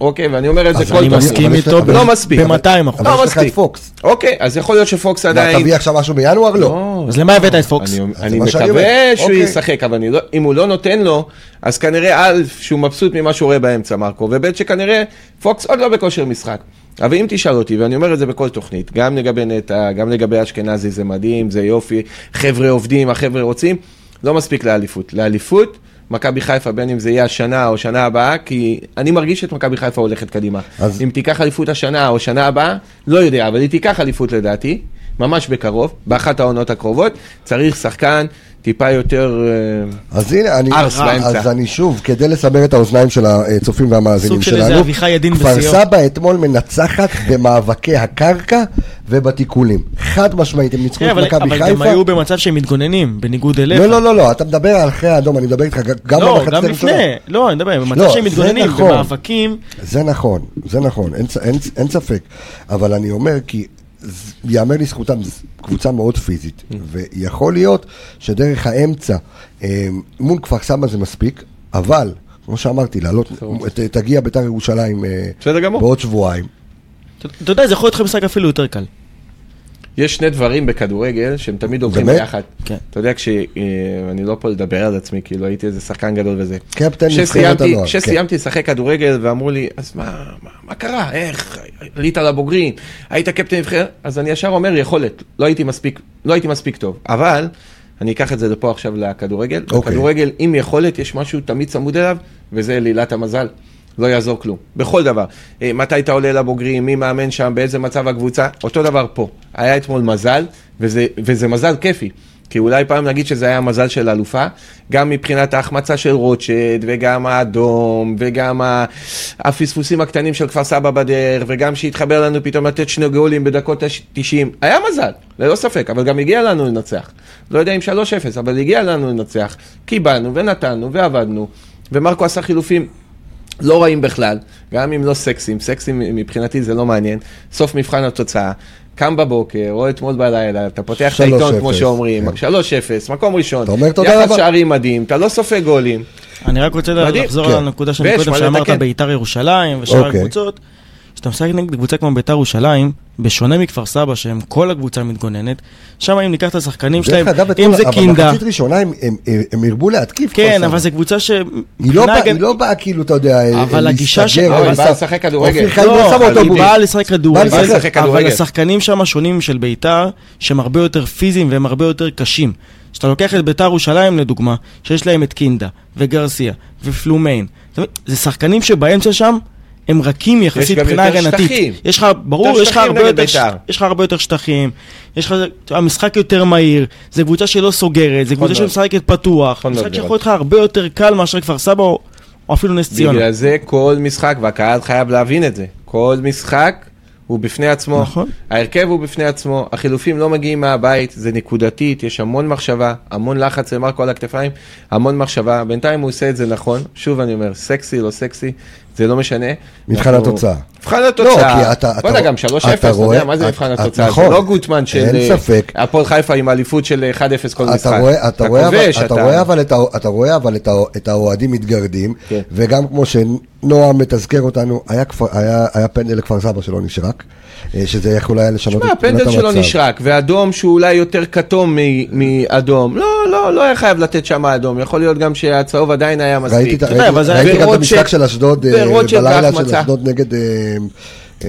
Speaker 2: אוקיי, ואני אומר את זה
Speaker 1: אז
Speaker 2: כל
Speaker 3: אני
Speaker 2: פעם.
Speaker 3: מסכים
Speaker 1: אבל-
Speaker 3: איתו
Speaker 1: אבל-
Speaker 2: לא מספיק.
Speaker 3: ב-200 אחוז.
Speaker 1: אבל
Speaker 2: לא
Speaker 1: יש לך את
Speaker 2: מספיק.
Speaker 1: פוקס.
Speaker 2: אוקיי, אז יכול להיות שפוקס
Speaker 1: מה,
Speaker 2: עדיין...
Speaker 1: תביא עכשיו משהו בינואר? לא.
Speaker 3: אז למה הבאת את פוקס?
Speaker 2: אני,
Speaker 1: זה
Speaker 2: אני
Speaker 1: מה שאני אומר.
Speaker 2: מקווה שהוא
Speaker 1: אוקיי.
Speaker 2: ישחק, אבל אני לא, אם הוא לא נותן לו, אז כנראה א', שהוא מבסוט ממה שהוא רואה באמצע, מרקו, וב', שכנראה פוקס עוד לא בכושר משחק. אבל אם תשאל אותי, ואני אומר את זה בכל תוכנית, גם לגבי נטע, גם לגבי אשכנזי, זה מדהים, זה יופי, חבר'ה עובדים, החבר'ה רוצים, לא מספיק לאליפות. לאליפות, מכבי חיפה, בין אם זה יהיה השנה או שנה הבאה, כי אני מרגיש את מכבי חיפה הולכת קדימה.
Speaker 1: אז-
Speaker 2: אז... אם תיקח אליפות השנה או שנה הבאה, לא יודע, אבל היא תיקח אליפות לדעתי, ממש בקרוב, באחת העונות הקרובות, צריך שחקן טיפה יותר... אה,
Speaker 1: אז הנה, אני,
Speaker 2: ארס באמצע.
Speaker 1: אז אני שוב, כדי לסבר את האוזניים של הצופים והמאזינים
Speaker 3: סוג של
Speaker 1: שלנו,
Speaker 3: איזה אביחי ידין
Speaker 1: כפר
Speaker 3: בשיאו.
Speaker 1: סבא אתמול מנצחת במאבקי הקרקע ובתיקולים. חד משמעית, הם ניצחו
Speaker 3: כן,
Speaker 1: את
Speaker 3: אבל
Speaker 1: מכבי
Speaker 3: אבל
Speaker 1: חיפה.
Speaker 3: גם היו במצב שהם מתגוננים, בניגוד אליך.
Speaker 1: לא, לא, לא, לא, אתה מדבר על אחרי האדום, אני מדבר איתך גם
Speaker 3: לא,
Speaker 1: במחצית
Speaker 3: גם
Speaker 1: הראשונה.
Speaker 3: לפני. לא, אני מדבר, במצב
Speaker 1: לא,
Speaker 3: שהם
Speaker 1: זה
Speaker 3: מתגוננים,
Speaker 1: נכון.
Speaker 3: במאבקים,
Speaker 1: זה נכון, זה נכון, אין, ס- אין, ס- אין ספק. אבל אני אומר כי, ז- יאמר לזכותם, ז- קבוצה מאוד פיזית,
Speaker 3: Mm.
Speaker 1: ויכול להיות שדרך האמצע, אה, מול כפר סבא זה מספיק, אבל, כמו שאמרתי, לעלות, ת- תגיע ביתר ירושלים אה,
Speaker 2: בסדר גמור.
Speaker 1: בעוד שבועיים.
Speaker 3: אתה יודע, זה יכול להיות לך משחק אפילו יותר קל.
Speaker 2: יש שני דברים בכדורגל שהם תמיד עוברים
Speaker 1: באמת?
Speaker 2: ביחד.
Speaker 3: כן.
Speaker 2: אתה יודע, כש... אה, אני לא פה לדבר על עצמי, כאילו הייתי איזה שחקן גדול וזה.
Speaker 1: קפטן נבחרת
Speaker 2: כשסיימתי-
Speaker 1: הנוער, כן.
Speaker 2: כשסיימתי לשחק כדורגל ואמרו לי, אז מה, מה, מה קרה, איך, עלית לבוגרים, היית קפטן נבחרת, אז אני ישר אומר, יכולת, לא הייתי מספיק, לא הייתי מספיק טוב. אבל, אני אקח את זה לפה עכשיו לכדורגל.
Speaker 1: אוקיי.
Speaker 2: בכדורגל, עם יכולת, יש משהו תמיד צמוד אליו, וזה לילת המזל. לא יעזור כלום, בכל דבר. אה, מתי אתה עולה לבוגרים, מי מאמן שם, באיזה מצב הקבוצה, אותו דבר פה. היה אתמול מזל, וזה, וזה מזל כיפי. כי אולי פעם נגיד שזה היה מזל של אלופה, גם מבחינת ההחמצה של רוטשט, וגם האדום, וגם ה- הפספוסים הקטנים של כפר סבא בדרך, וגם שהתחבר לנו פתאום לתת שני גולים בדקות ה-90. היה מזל, ללא ספק, אבל גם הגיע לנו לנצח. לא יודע אם 3-0, אבל הגיע לנו לנצח. קיבלנו, ונתנו, ועבדנו, ומרקו עשה חילופים לא רעים בכלל, גם אם לא סקסים, סקסים מבחינתי זה לא מעניין, סוף מבחן התוצאה. קם בבוקר, או אתמול בלילה, אתה פותח את העיתון
Speaker 1: 3-0,
Speaker 2: כמו שאומרים,
Speaker 1: כן.
Speaker 2: 3-0, מקום ראשון,
Speaker 1: אתה אומר תודה
Speaker 2: יחס
Speaker 1: רבה.
Speaker 2: שערים מדהים, אתה לא סופג גולים,
Speaker 3: אני רק רוצה
Speaker 2: מדהים,
Speaker 3: לחזור
Speaker 1: כן.
Speaker 3: על הנקודה שאני
Speaker 2: ויש
Speaker 3: קודם
Speaker 2: מה
Speaker 3: שאמרת
Speaker 2: לתקן.
Speaker 3: ביתר ירושלים ושאר
Speaker 1: אוקיי.
Speaker 3: הקבוצות. כשאתה משחק נגד קבוצה כמו ביתר ירושלים, בשונה מכפר סבא, שהם כל הקבוצה מתגוננת, שם אם ניקח את השחקנים שלהם, אם
Speaker 1: כן. אתמול-
Speaker 3: זה
Speaker 1: אבל
Speaker 3: קינדה,
Speaker 1: מחצית ראשונה הם- הם- הם- הם הרבו להתקיף. כל
Speaker 3: כן,
Speaker 1: הזמן.
Speaker 3: אבל זו קבוצה ש...
Speaker 1: היא לא
Speaker 3: מבחינה
Speaker 1: באה-
Speaker 3: הגנ-
Speaker 1: היא לא באה כאילו, אתה יודע,
Speaker 3: אבל הגישה ש-
Speaker 1: להסתגר
Speaker 3: לא, היא
Speaker 1: ולעשות-
Speaker 2: באה לשחק כדורגל.
Speaker 1: אופיר
Speaker 3: כן.
Speaker 1: חיים
Speaker 2: לא,
Speaker 1: לא שם
Speaker 2: אבל
Speaker 1: אותו
Speaker 2: היא
Speaker 3: היא
Speaker 1: בול.
Speaker 3: באה לשחק כדורגל,
Speaker 1: באה לשחק
Speaker 3: אבל
Speaker 2: כדורגל.
Speaker 3: השחקנים שם השונים של ביתר, שהם הרבה יותר פיזיים והם הרבה יותר קשים. כשאתה לוקח את ביתר ירושלים לדוגמה, שיש להם את קינדה וגרסיה ופלומיין, זאת אומרת, זה שחקנים שבאמצע שם הם רכים יחסית
Speaker 2: גם
Speaker 3: מבחינה
Speaker 2: יותר
Speaker 3: הגנתית.
Speaker 2: שטחים.
Speaker 3: יש לך, ברור,
Speaker 2: יותר
Speaker 3: יש לך
Speaker 2: שטחים
Speaker 3: הרבה
Speaker 2: נגד
Speaker 3: יותר ש-
Speaker 2: בית"ר.
Speaker 3: יש לך הרבה יותר שטחים, יש לך, המשחק יותר מהיר, זו קבוצה שלא סוגרת, זו קבוצה
Speaker 2: נכון מאוד.
Speaker 3: שמשחקת פתוח,
Speaker 2: נכון מאוד,
Speaker 3: משחק שיכול
Speaker 2: גלעד.
Speaker 3: להיות לך הרבה יותר קל מאשר כפר סבא או או אפילו נס ציונה.
Speaker 2: בגלל זה כל משחק, והקהל חייב להבין את זה, כל משחק הוא בפני עצמו,
Speaker 3: נכון.
Speaker 2: ההרכב הוא בפני עצמו, החילופים לא מגיעים מהבית, זה נקודתית, יש המון מחשבה, המון לחץ למרקו על הכתפיים, המון מחשבה, בינתיים הוא עושה את זה נכון, שוב אני אומר, סקסי, לא סקסי, זה לא משנה.
Speaker 1: מבחן
Speaker 2: אנחנו-
Speaker 1: התוצאה.
Speaker 2: מבחן
Speaker 1: לא,
Speaker 2: התוצאה,
Speaker 1: כי אתה- אתה-
Speaker 2: וואלה גם 3-0, אתה
Speaker 1: אתה
Speaker 2: יודע
Speaker 1: רואה-
Speaker 2: מה זה
Speaker 1: את-
Speaker 2: מבחן
Speaker 1: את-
Speaker 2: התוצאה, זה
Speaker 1: נכון.
Speaker 2: לא גוטמן של
Speaker 1: אין
Speaker 2: אה,
Speaker 1: ספק.
Speaker 2: הפועל חיפה עם אליפות של 1-0 כל משחק,
Speaker 1: אתה רואה, אתה, רואה,
Speaker 2: כובש,
Speaker 1: אבל, אתה... רואה אבל, את, ה- אתה רואה אבל את, ה, את האוהדים מתגרדים,
Speaker 2: כן.
Speaker 1: כן. וגם כמו שנועם מתזכר אותנו, היה, כפר, היה, היה פנדל לכפר סבא שלא נשרק, אה, שזה יכול היה לשנות
Speaker 2: שמע,
Speaker 1: את תמונת
Speaker 2: הפנדל שלו
Speaker 1: המצב.
Speaker 2: נשרק, ואדום שהוא אולי יותר כתום מ- מאדום. לא, לא, לא היה חייב לתת שם אדום. יכול להיות גם שהצהוב עדיין היה
Speaker 1: ראיתי,
Speaker 2: מספיק.
Speaker 1: את ה-
Speaker 3: אתה יודע, אבל
Speaker 1: ראיתי,
Speaker 3: זה-
Speaker 1: ראיתי גם את
Speaker 2: ורוטשט-
Speaker 1: המשחק של אשדוד, אה,
Speaker 2: ורוטשט
Speaker 1: בלילה
Speaker 2: ואף
Speaker 1: של
Speaker 2: מצא.
Speaker 1: אשדוד נגד... אה, אה,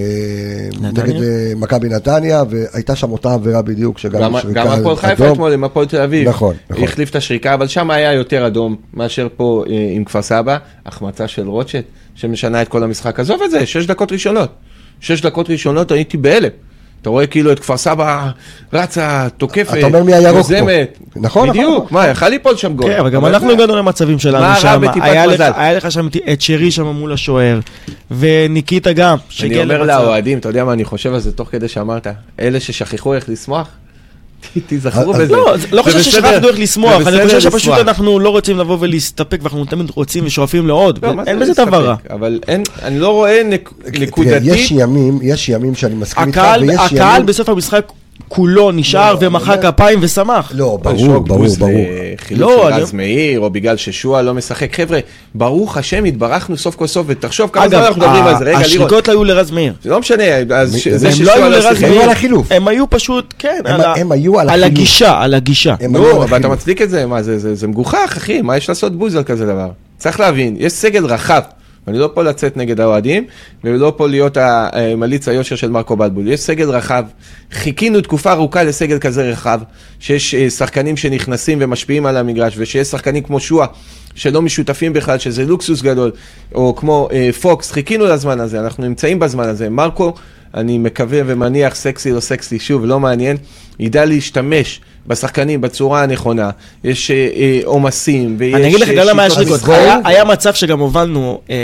Speaker 3: נתניה?
Speaker 1: נגד אה, מכבי נתניה, והייתה שם אותה עבירה בדיוק, שגם
Speaker 2: גם- גם
Speaker 1: שריקה
Speaker 2: הפועל חיפה
Speaker 1: אדום. אה,
Speaker 2: אתמול עם הפועל תל אביב.
Speaker 1: נכון, נכון.
Speaker 2: החליף את השריקה, אבל שם היה יותר אדום מאשר פה אה, עם כפר סבא. החמצה של רוטשט, שמשנה את כל המשחק. עזוב את זה, שש דקות ראשונות. שש דקות ראשונות הייתי בהלם. אתה רואה כאילו את כפר סבא רצה, תוקפת,
Speaker 1: אתה אומר מי הירוק פה.
Speaker 2: יוזמת.
Speaker 1: נכון, נכון,
Speaker 2: בדיוק,
Speaker 1: נכון.
Speaker 2: מה, יכל ליפול שם גול.
Speaker 3: כן, אבל גם
Speaker 2: אבל
Speaker 3: אנחנו
Speaker 2: זה-
Speaker 3: הגענו למצבים שלנו
Speaker 2: מה רע
Speaker 3: שם.
Speaker 2: בטיפת
Speaker 3: היה לך-
Speaker 2: מזל?
Speaker 3: היה לך שם את שרי שם מול השוער, וניקיטה גם,
Speaker 2: אני
Speaker 3: שהגיע
Speaker 2: אומר
Speaker 3: למצב.
Speaker 2: לאוהדים, אתה יודע מה אני חושב על זה תוך כדי שאמרת? אלה ששכחו איך לשמוח, ת- תיזכרו
Speaker 1: אז-
Speaker 2: בזה.
Speaker 3: לא, זה- לא
Speaker 2: זה
Speaker 3: חושב
Speaker 2: בסדר-
Speaker 3: ששכחנו איך לשמוח,
Speaker 2: זה
Speaker 3: אני
Speaker 2: בסדר
Speaker 3: חושב שפשוט
Speaker 2: לשמוח.
Speaker 3: אנחנו לא רוצים לבוא ולהסתפק, ואנחנו תמיד רוצים ושואפים לעוד,
Speaker 2: לא, מה זה
Speaker 3: אין בזה דבר רע.
Speaker 2: להסתפק? אבל אין, אני לא רואה נק-
Speaker 1: תראה, יש
Speaker 2: נקודתית,
Speaker 1: ימים, יש ימים שאני מסכים איתך,
Speaker 3: הקהל
Speaker 1: ויש
Speaker 3: הקהל
Speaker 1: ימים...
Speaker 3: בסוף המשחק כולו נשאר
Speaker 1: לא,
Speaker 3: ומחא
Speaker 1: אני-
Speaker 3: כפיים ושמח.
Speaker 1: לא, ברור,
Speaker 2: שוק
Speaker 1: ברור,
Speaker 2: בוז
Speaker 1: ברור.
Speaker 2: לחילוף
Speaker 3: לא,
Speaker 2: של
Speaker 3: אני-
Speaker 2: רז מאיר, או בגלל ששועה לא משחק. חבר'ה, ברוך השם, התברכנו סוף כל סוף, ותחשוב כמה זמן
Speaker 3: אגב,
Speaker 2: אנחנו מדברים על זה. רגע, לירון.
Speaker 3: השריקות לא היו לרז מאיר.
Speaker 2: לא משנה, אז
Speaker 1: מי-
Speaker 2: ש-
Speaker 1: הם
Speaker 2: זה
Speaker 3: הם לא
Speaker 2: ששועה
Speaker 3: היו
Speaker 2: לא
Speaker 3: לרז
Speaker 2: שיחק.
Speaker 1: הם היו
Speaker 3: מאיר.
Speaker 1: על החילוף.
Speaker 3: הם היו פשוט, כן,
Speaker 1: הם-
Speaker 3: על ה-
Speaker 1: הם היו על
Speaker 3: על
Speaker 1: החילוף.
Speaker 3: הגישה, על הגישה.
Speaker 1: הם היו על
Speaker 2: נו, לא, אבל אתה
Speaker 1: החילוף.
Speaker 2: מצדיק את זה, מה זה, זה, זה מגוחך, אחי, מה יש לעשות בוז על כזה דבר? צריך להבין, יש סגל רחב, ואני לא פה לצאת נגד האוהדים, ולא פה להיות ה- אה, מליץ היושר של מרקו בלבול, יש סגל רחב, חיכינו תקופה ארוכה לסגל כזה רחב, שיש אה, שחקנים שנכנסים ומשפיעים על המגרש, ושיש שחקנים כמו שואה. שלא משותפים בכלל, שזה לוקסוס גדול, או כמו אה, פוקס, חיכינו לזמן הזה, אנחנו נמצאים בזמן הזה. מרקו, אני מקווה ומניח, סקסי לא סקסי, שוב, לא מעניין, ידע להשתמש בשחקנים בצורה הנכונה. יש אה, אה, עומסים, ויש...
Speaker 3: אני אגיד לך
Speaker 2: אה,
Speaker 3: גם למה היה
Speaker 2: שיטות
Speaker 3: שריקות.
Speaker 2: משחק.
Speaker 3: היה- היה מצב שגם הובלנו אה,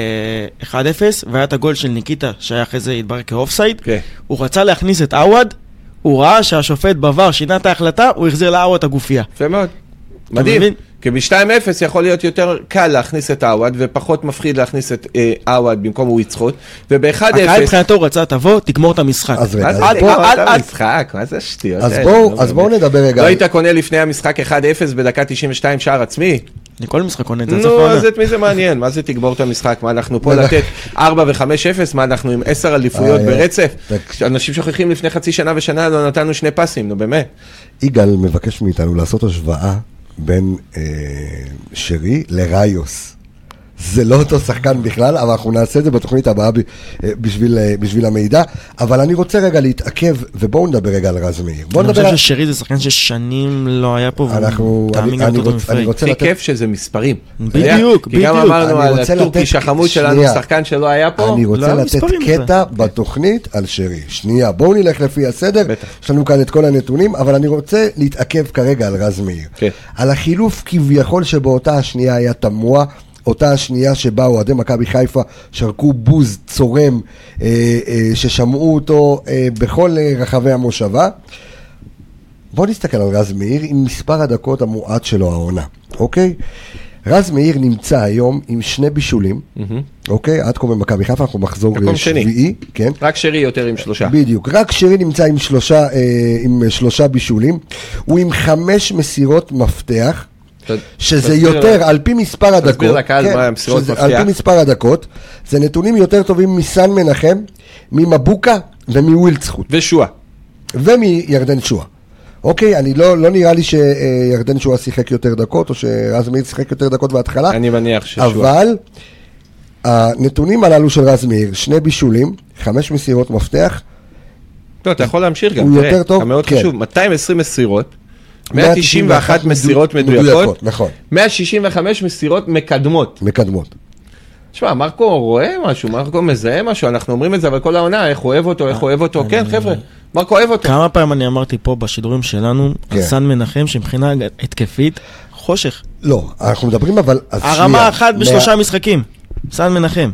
Speaker 3: 1-0, והיה את הגול של ניקיטה, שהיה אחרי זה התברר כאופסייד.
Speaker 2: כן.
Speaker 3: הוא רצה להכניס את עווד, הוא ראה שהשופט בבר שינה את ההחלטה, הוא החזיר לעווד את הגופייה.
Speaker 2: יפה מאוד. מדהים.
Speaker 3: מבין?
Speaker 2: כי ב-2-0 יכול להיות יותר קל להכניס את עווד, ופחות מפחיד להכניס את אה, עווד במקום הוא יצחוט,
Speaker 3: הקהל
Speaker 2: וב-1-0...
Speaker 3: מבחינתו רצה, תבוא, תגמור את המשחק.
Speaker 1: אז רגע,
Speaker 2: מה
Speaker 1: אז
Speaker 2: זה
Speaker 1: בוא-
Speaker 2: נגמר
Speaker 3: עד- עד-
Speaker 2: המשחק? מה זה השטויות
Speaker 1: אז
Speaker 2: האלה?
Speaker 1: בואו-
Speaker 2: לא
Speaker 1: אז בואו
Speaker 2: באמת.
Speaker 1: נדבר רגע.
Speaker 2: לא
Speaker 1: על-
Speaker 2: היית קונה לפני המשחק 1-0 בדקה 92 שער עצמי?
Speaker 3: אני כל משחק עונה את זה, עד סוף
Speaker 2: נו,
Speaker 3: העונה.
Speaker 2: אז את מי זה מעניין? מה זה תגמור את המשחק? מה אנחנו פה
Speaker 1: לא, לא.
Speaker 2: לתת 4 ו-5-0? מה אנחנו עם 10 אליפויות
Speaker 1: אה,
Speaker 2: ברצף?
Speaker 1: תקשיב.
Speaker 2: אנשים שוכחים לפני חצי שנה ושנה לא נתנו שני פסים, נו באמת.
Speaker 1: יגאל מבקש מאיתנו לעשות השוואה בין אה, שרי לראיוס. זה לא אותו שחקן בכלל, אבל אנחנו נעשה את זה בתוכנית הבאה ב, אה, בשביל, אה, בשביל המידע. אבל אני רוצה רגע להתעכב, ובואו נדבר רגע על רז מאיר. בואו
Speaker 3: אני
Speaker 1: נדבר
Speaker 3: חושב
Speaker 1: על...
Speaker 3: ששרי זה שחקן ששנים לא היה פה,
Speaker 1: אנחנו-
Speaker 3: תאמין
Speaker 1: אני-
Speaker 3: גם
Speaker 1: אני
Speaker 3: אותו
Speaker 1: רוצ- אני
Speaker 3: מפרק.
Speaker 1: רוצה
Speaker 2: הכי
Speaker 1: לתת...
Speaker 2: כיף שזה מספרים.
Speaker 3: בדיוק,
Speaker 2: אתה יודע? כי גם
Speaker 3: בדיוק.
Speaker 2: אמרנו
Speaker 1: אני
Speaker 2: על
Speaker 1: רוצה
Speaker 2: הטורקי
Speaker 1: לתת-
Speaker 2: שהחמוד שלנו,
Speaker 1: שנייה.
Speaker 2: שחקן שלא היה פה.
Speaker 1: אני
Speaker 3: לא
Speaker 1: רוצה
Speaker 3: היה
Speaker 1: לתת
Speaker 3: מספרים
Speaker 1: קטע בתוכנית על שרי. שנייה, בואו נלך לפי הסדר, יש לנו כאן את כל הנתונים, אבל אני רוצה להתעכב כרגע על רז מאיר.
Speaker 2: כן.
Speaker 1: על החילוף כביכול שבאותה השנייה היה תמוה. אותה השנייה שבה אוהדי מכבי חיפה שרקו בוז צורם אה, אה, ששמעו אותו אה, בכל אה, רחבי המושבה. בואו נסתכל על רז מאיר עם מספר הדקות המועט שלו העונה, אוקיי? רז מאיר נמצא היום עם שני בישולים, אוקיי? עד כה במכבי חיפה, אנחנו מחזור
Speaker 2: מקום
Speaker 1: אה,
Speaker 2: שני. כן.
Speaker 1: שביעי, כן?
Speaker 2: רק שרי יותר עם שלושה.
Speaker 1: בדיוק. רק שרי נמצא עם שלושה, אה, עם אה, שלושה בישולים. הוא עם חמש מסירות מפתח.
Speaker 2: ת-
Speaker 1: שזה
Speaker 2: תסביר
Speaker 1: יותר,
Speaker 2: לה-
Speaker 1: על פי מספר הדקות, כן,
Speaker 2: לקהל מה המסירות
Speaker 1: שזה-
Speaker 2: מפתח.
Speaker 1: על פי מספר הדקות, זה נתונים יותר טובים מסן מנחם, ממבוקה ומווילצחוט,
Speaker 2: ושועה.
Speaker 1: ומירדן שואה. אוקיי, אני לא, לא נראה לי שירדן שואה שיחק יותר דקות, או שרז מאיר שיחק יותר דקות בהתחלה,
Speaker 2: אני מניח ששועה.
Speaker 1: אבל הנתונים הללו של רז מאיר, שני בישולים, חמש מסירות מפתח,
Speaker 2: לא, אתה יכול להמשיך גם.
Speaker 1: הוא
Speaker 2: תראה,
Speaker 1: יותר טוב?
Speaker 2: המאוד
Speaker 1: כן.
Speaker 2: חשוב, 220 מסירות, 191 מסירות מדויקות,
Speaker 1: נכון,
Speaker 2: 165 מסירות מקדמות.
Speaker 1: מקדמות.
Speaker 2: תשמע, מרקו רואה משהו, מרקו מזהה משהו, אנחנו אומרים את זה, אבל כל העונה, איך אוהב אותו, איך אוהב אותו, כן, חבר'ה, מרקו אוהב אותו.
Speaker 3: כמה פעמים אני אמרתי פה בשידורים שלנו,
Speaker 1: כן.
Speaker 3: על סן מנחם, שמבחינה התקפית, חושך.
Speaker 1: לא, אנחנו מדברים אבל... אז שנייה,
Speaker 3: הרמה אחת
Speaker 1: מה-
Speaker 3: בשלושה משחקים, סן מנחם.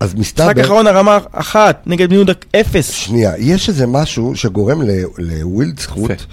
Speaker 1: אז
Speaker 3: משחק
Speaker 1: מסתבר...
Speaker 3: אחרון הרמה אחת, נגד בני יהודה אפס.
Speaker 1: שנייה, יש איזה משהו שגורם ל- לווילדסחוט,
Speaker 2: יפה.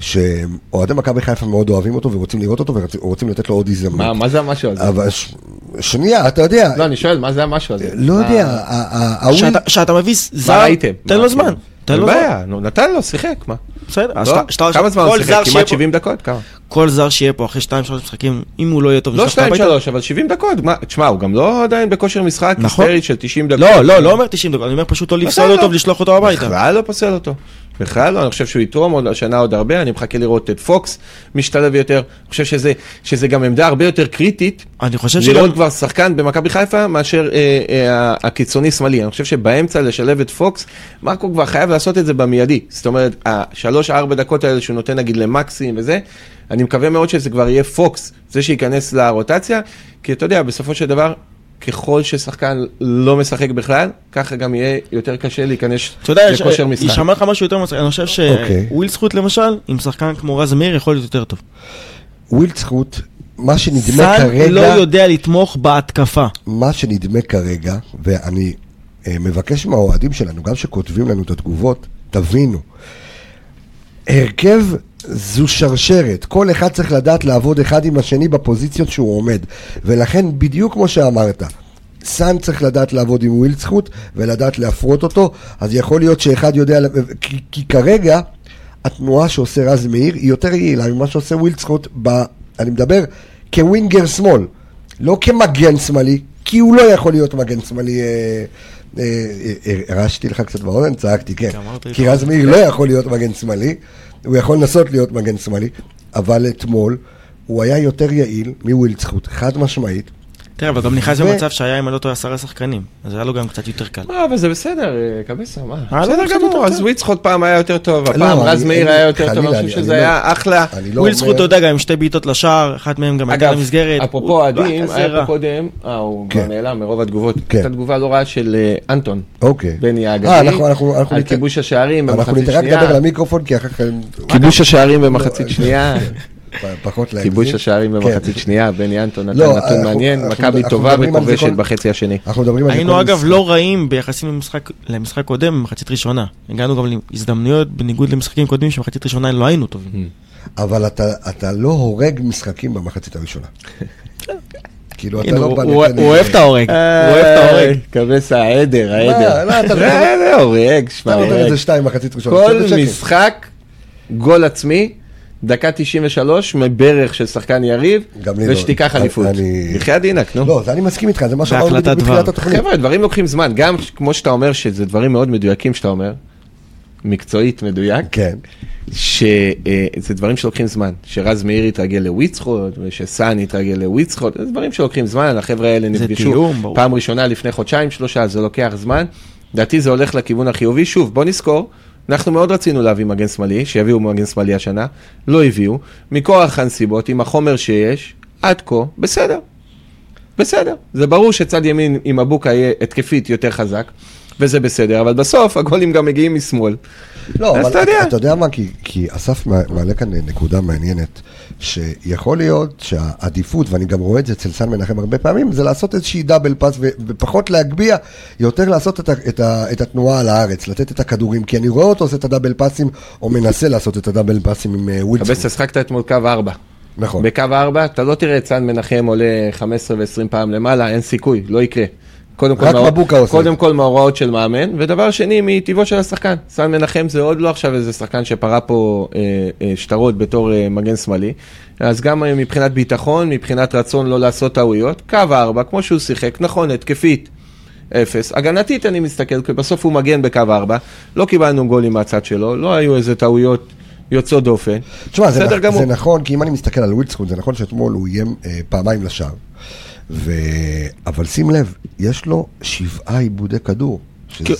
Speaker 1: שאוהדי מכבי חיפה מאוד אוהבים אותו ורוצים לראות אותו ורוצים לתת לו עוד הזדמנות.
Speaker 2: מה, מה זה המשהו הזה?
Speaker 1: אבל ש- שנייה, אתה יודע,
Speaker 2: לא, אני שואל, מה זה המשהו הזה?
Speaker 1: לא
Speaker 2: מה-
Speaker 1: יודע, ה- ה- הווילד-
Speaker 3: שאתה- שאתה מביא זר,
Speaker 2: מה ראיתם?
Speaker 3: תן
Speaker 2: מה,
Speaker 3: לו זמן.
Speaker 2: כאילו?
Speaker 3: תן לו
Speaker 2: אין
Speaker 3: זמן.
Speaker 2: בעיה, נו, נתן לו, שיחק, מה?
Speaker 3: בסדר. אז
Speaker 2: לא?
Speaker 3: שאתה- שאתה-
Speaker 2: כמה זמן
Speaker 3: כל
Speaker 2: הוא
Speaker 3: זר
Speaker 2: שיחק?
Speaker 3: שיהיה
Speaker 2: כמעט
Speaker 3: פה-
Speaker 2: 70 דקות? כמה?
Speaker 3: כל זר שיהיה פה אחרי 2-3 משחקים, אם הוא לא יהיה טוב,
Speaker 2: לא
Speaker 3: נשלח אותו
Speaker 2: 2-3,
Speaker 3: הביתה.
Speaker 2: אבל 70 דקות. מה, תשמע, הוא גם לא עדיין בכושר משחק
Speaker 3: נכון.
Speaker 2: היסטרי של 90 דקות.
Speaker 3: לא, לא, לא אומר 90 דקות, אני אומר פשוט לא לפסול
Speaker 2: בסדר.
Speaker 3: אותו ולשלוח אותו הביתה.
Speaker 2: בכלל לא פוסל אותו. בכלל לא, אני חושב שהוא יתרום עוד השנה עוד הרבה, אני מחכה לראות את פוקס משתלב יותר. אני חושב שזה, שזה גם עמדה הרבה יותר קריטית,
Speaker 3: אני חושב שגם...
Speaker 2: לראות כבר שחקן במכבי חיפה, מאשר אה, אה, הקיצוני שמאלי. אני חושב שבאמצע לשלב את פוקס, מרקו כבר חייב לעשות את זה במיידי. זאת אומרת, השלוש-ארבע דקות האלה שהוא נותן נגיד למקסים וזה, אני מקווה מאוד שזה כבר יהיה פוקס, זה שייכנס לרוטציה, כי אתה יודע, בסופו של דבר... ככל ששחקן לא משחק בכלל, ככה גם יהיה יותר קשה להיכנס
Speaker 3: אתה יודע, יש-
Speaker 1: אה,
Speaker 2: לכושר משחק.
Speaker 3: יישמע לך משהו יותר מצחיק, אני חושב
Speaker 1: אוקיי.
Speaker 3: שוויל זכות למשל, עם שחקן כמו רז מאיר יכול להיות יותר טוב.
Speaker 1: ווילדסחוט, מה שנדמה
Speaker 3: סאן לא
Speaker 1: כרגע,
Speaker 3: יודע לתמוך בהתקפה.
Speaker 1: מה שנדמה כרגע, ואני אה, מבקש מהאוהדים שלנו, גם שכותבים לנו את התגובות, תבינו. הרכב זו שרשרת, כל אחד צריך לדעת לעבוד אחד עם השני בפוזיציות שהוא עומד, ולכן בדיוק כמו שאמרת, סאן צריך לדעת לעבוד עם ווילדסחוט ולדעת להפרות אותו, אז יכול להיות שאחד יודע, כי, כי כרגע התנועה שעושה רז מאיר היא יותר יעילה ממה שעושה ווילדסחוט, ב, אני מדבר כווינגר שמאל, לא כמגן שמאלי, כי הוא לא יכול להיות מגן שמאלי, אה, אה, אה, אה, הרעשתי לך קצת באוזן, צעקתי, כן,
Speaker 3: אמרת לי
Speaker 1: כי רז מאיר לא יכול להיות מגן שמאלי, הוא יכול לנסות להיות מגן שמאלי, אבל אתמול הוא היה יותר יעיל מווילדסחוט, חד משמעית.
Speaker 3: תראה, אבל גם נכנס
Speaker 1: ו-
Speaker 3: במצב שהיה, אם אני לא טועה, עשרה שחקנים. אז היה לו גם קצת יותר קל.
Speaker 2: לא, אבל זה בסדר, אה, קבסה,
Speaker 3: אה,
Speaker 2: מה?
Speaker 3: לא,
Speaker 2: בסדר
Speaker 3: בסדר,
Speaker 2: גמור,
Speaker 3: בסדר.
Speaker 2: אז וויצחוט פעם היה יותר טוב, הפעם
Speaker 1: לא,
Speaker 2: רז
Speaker 1: אני-
Speaker 2: מאיר
Speaker 1: אני-
Speaker 2: היה יותר טוב,
Speaker 1: חלילה,
Speaker 2: אני חושב
Speaker 1: אני-
Speaker 2: שזה
Speaker 1: אני לא-
Speaker 2: היה אחלה.
Speaker 1: אני לא
Speaker 3: וויל זכות, אתה
Speaker 1: אומר-
Speaker 3: יודע, גם עם שתי בעיטות לשער, אחת מהן גם הייתה
Speaker 2: אגב,
Speaker 3: למסגרת.
Speaker 2: אפרופו
Speaker 3: הוא- לא
Speaker 2: אוהדים,
Speaker 3: הייתה
Speaker 2: היה
Speaker 3: זרע.
Speaker 2: פה קודם, אה, הוא
Speaker 1: אה, כן.
Speaker 2: כבר נעלם מרוב התגובות.
Speaker 1: כן.
Speaker 2: הייתה תגובה לא רעה של אה, אנטון,
Speaker 1: אוקיי.
Speaker 2: בני
Speaker 1: אה,
Speaker 2: האגדי,
Speaker 1: אנחנו- אנחנו- אנחנו
Speaker 2: על
Speaker 1: נת-
Speaker 2: כיבוש השערים
Speaker 1: אנחנו
Speaker 2: במחצית
Speaker 1: נתראה רק לדבר
Speaker 2: שנייה.
Speaker 1: למיקרופון, כי אחר כך...
Speaker 2: כיבוש השערים במחצית
Speaker 1: לא,
Speaker 2: שנייה.
Speaker 1: פ- פחות להגזים.
Speaker 2: כיבוש השערים
Speaker 1: כן.
Speaker 2: במחצית שנייה, בני אנטון נתן
Speaker 1: לא,
Speaker 2: נתון
Speaker 1: אנחנו-
Speaker 2: מעניין,
Speaker 1: אנחנו-
Speaker 2: מכבי
Speaker 1: אנחנו
Speaker 2: טובה
Speaker 1: מדברים על זה
Speaker 2: וכובשת
Speaker 1: כל-
Speaker 2: בחצי השני.
Speaker 1: אנחנו מדברים על זה
Speaker 3: היינו
Speaker 1: כל
Speaker 3: אגב
Speaker 1: משחק.
Speaker 3: לא רעים ביחסים למשחק, למשחק קודם במחצית ראשונה. הגענו גם להזדמנויות בניגוד למשחקים קודמים שמחצית ראשונה לא היינו טובים.
Speaker 1: אבל אתה אתה לא הורג משחקים במחצית הראשונה. כאילו, אתה
Speaker 3: הנה,
Speaker 1: לא
Speaker 3: הוא-
Speaker 1: בא...
Speaker 3: הוא
Speaker 1: נתן-
Speaker 3: הוא אוהב את ההורג, הוא
Speaker 2: אה,
Speaker 3: אוהב את ההורג.
Speaker 2: כבסה, העדר, העדר.
Speaker 1: לא, אתה-
Speaker 2: אה, זה הורג, שמע,
Speaker 1: אתה לא נותן
Speaker 2: הורג.
Speaker 1: איזה שתיים מחצית ראשונה.
Speaker 2: כל
Speaker 1: עכשיו בשקט.
Speaker 2: משחק, גול עצמי, דקה 93 מברך של שחקן יריב,
Speaker 1: גם לי לא.
Speaker 2: ושתיקה
Speaker 1: אני-
Speaker 2: חליפות.
Speaker 1: אני-
Speaker 2: בחייאת דינק, נו.
Speaker 1: לא, זה אני מסכים איתך, זה מה שאמרנו
Speaker 3: בהחלטת
Speaker 1: בדיוק
Speaker 3: דבר.
Speaker 1: בתחילת התוכנית.
Speaker 2: חבר'ה, דברים לוקחים זמן, גם כמו שאתה אומר, שזה דברים מאוד מדויקים שאתה אומר, מקצועית מדויק,
Speaker 1: כן.
Speaker 2: שזה אה, דברים שלוקחים זמן, שרז מאיר יתרגל לוויצחוט, ושסאן יתרגל לוויצחוט, זה דברים שלוקחים זמן, החבר'ה האלה
Speaker 3: זה
Speaker 2: נפגשו
Speaker 3: תיאום, ברור.
Speaker 2: פעם ראשונה לפני חודשיים, שלושה, זה לוקח זמן. לדעתי זה הולך לכיוון החיובי. שוב, בוא נזכור, אנחנו מאוד רצינו להביא מגן שמאלי, שיביאו מגן שמאלי השנה, לא הביאו, מכורח הנסיבות, עם החומר שיש, עד כה, בסדר. בסדר, זה ברור שצד ימין עם אבוקה יהיה התקפית יותר חזק, וזה בסדר, אבל בסוף הגולים גם מגיעים משמאל.
Speaker 1: לא,
Speaker 2: אז
Speaker 1: אבל
Speaker 2: אתה יודע.
Speaker 1: אתה יודע מה, כי, כי אסף מע- מעלה כאן נקודה מעניינת, שיכול להיות שהעדיפות, ואני גם רואה את זה אצל סן מנחם הרבה פעמים, זה לעשות איזושהי דאבל פאס ו- ופחות להגביה, יותר לעשות את, ה- את, ה- את התנועה על הארץ, לתת את הכדורים, כי אני רואה אותו עושה את הדאבל פאסים, או מנסה לעשות את הדאבל פאסים עם אה, ווילסון.
Speaker 2: קבס, השחקת אתמול קו 4.
Speaker 1: נכון.
Speaker 2: בקו הארבע, אתה לא תראה את סאן מנחם עולה 15 ו-20 פעם למעלה, אין סיכוי, לא יקרה. קודם כל,
Speaker 1: רק מבוקה עושה
Speaker 2: קודם
Speaker 1: את
Speaker 2: כל מההוראות של מאמן, ודבר שני, מטבעו של השחקן. סאן מנחם זה עוד לא עכשיו איזה שחקן שפרה פה אה, אה, שטרות בתור אה, מגן שמאלי. אז גם אה, מבחינת ביטחון, מבחינת רצון לא לעשות טעויות, קו הארבע, כמו שהוא שיחק, נכון, התקפית. אפס. הגנתית אני מסתכל, כי בסוף הוא מגן בקו ארבע, לא קיבלנו גולים מהצד שלו, לא היו איזה טעויות יוצאות דופן.
Speaker 1: תשמע, זה,
Speaker 2: בסדר
Speaker 1: נכ-
Speaker 2: גמור.
Speaker 1: זה נכון, כי אם אני מסתכל על ווילסקוט, זה נכון שאתמול הוא איים אה, פעמיים לשער. ו... אבל שים לב, יש לו שבעה עיבודי כדור. שזה...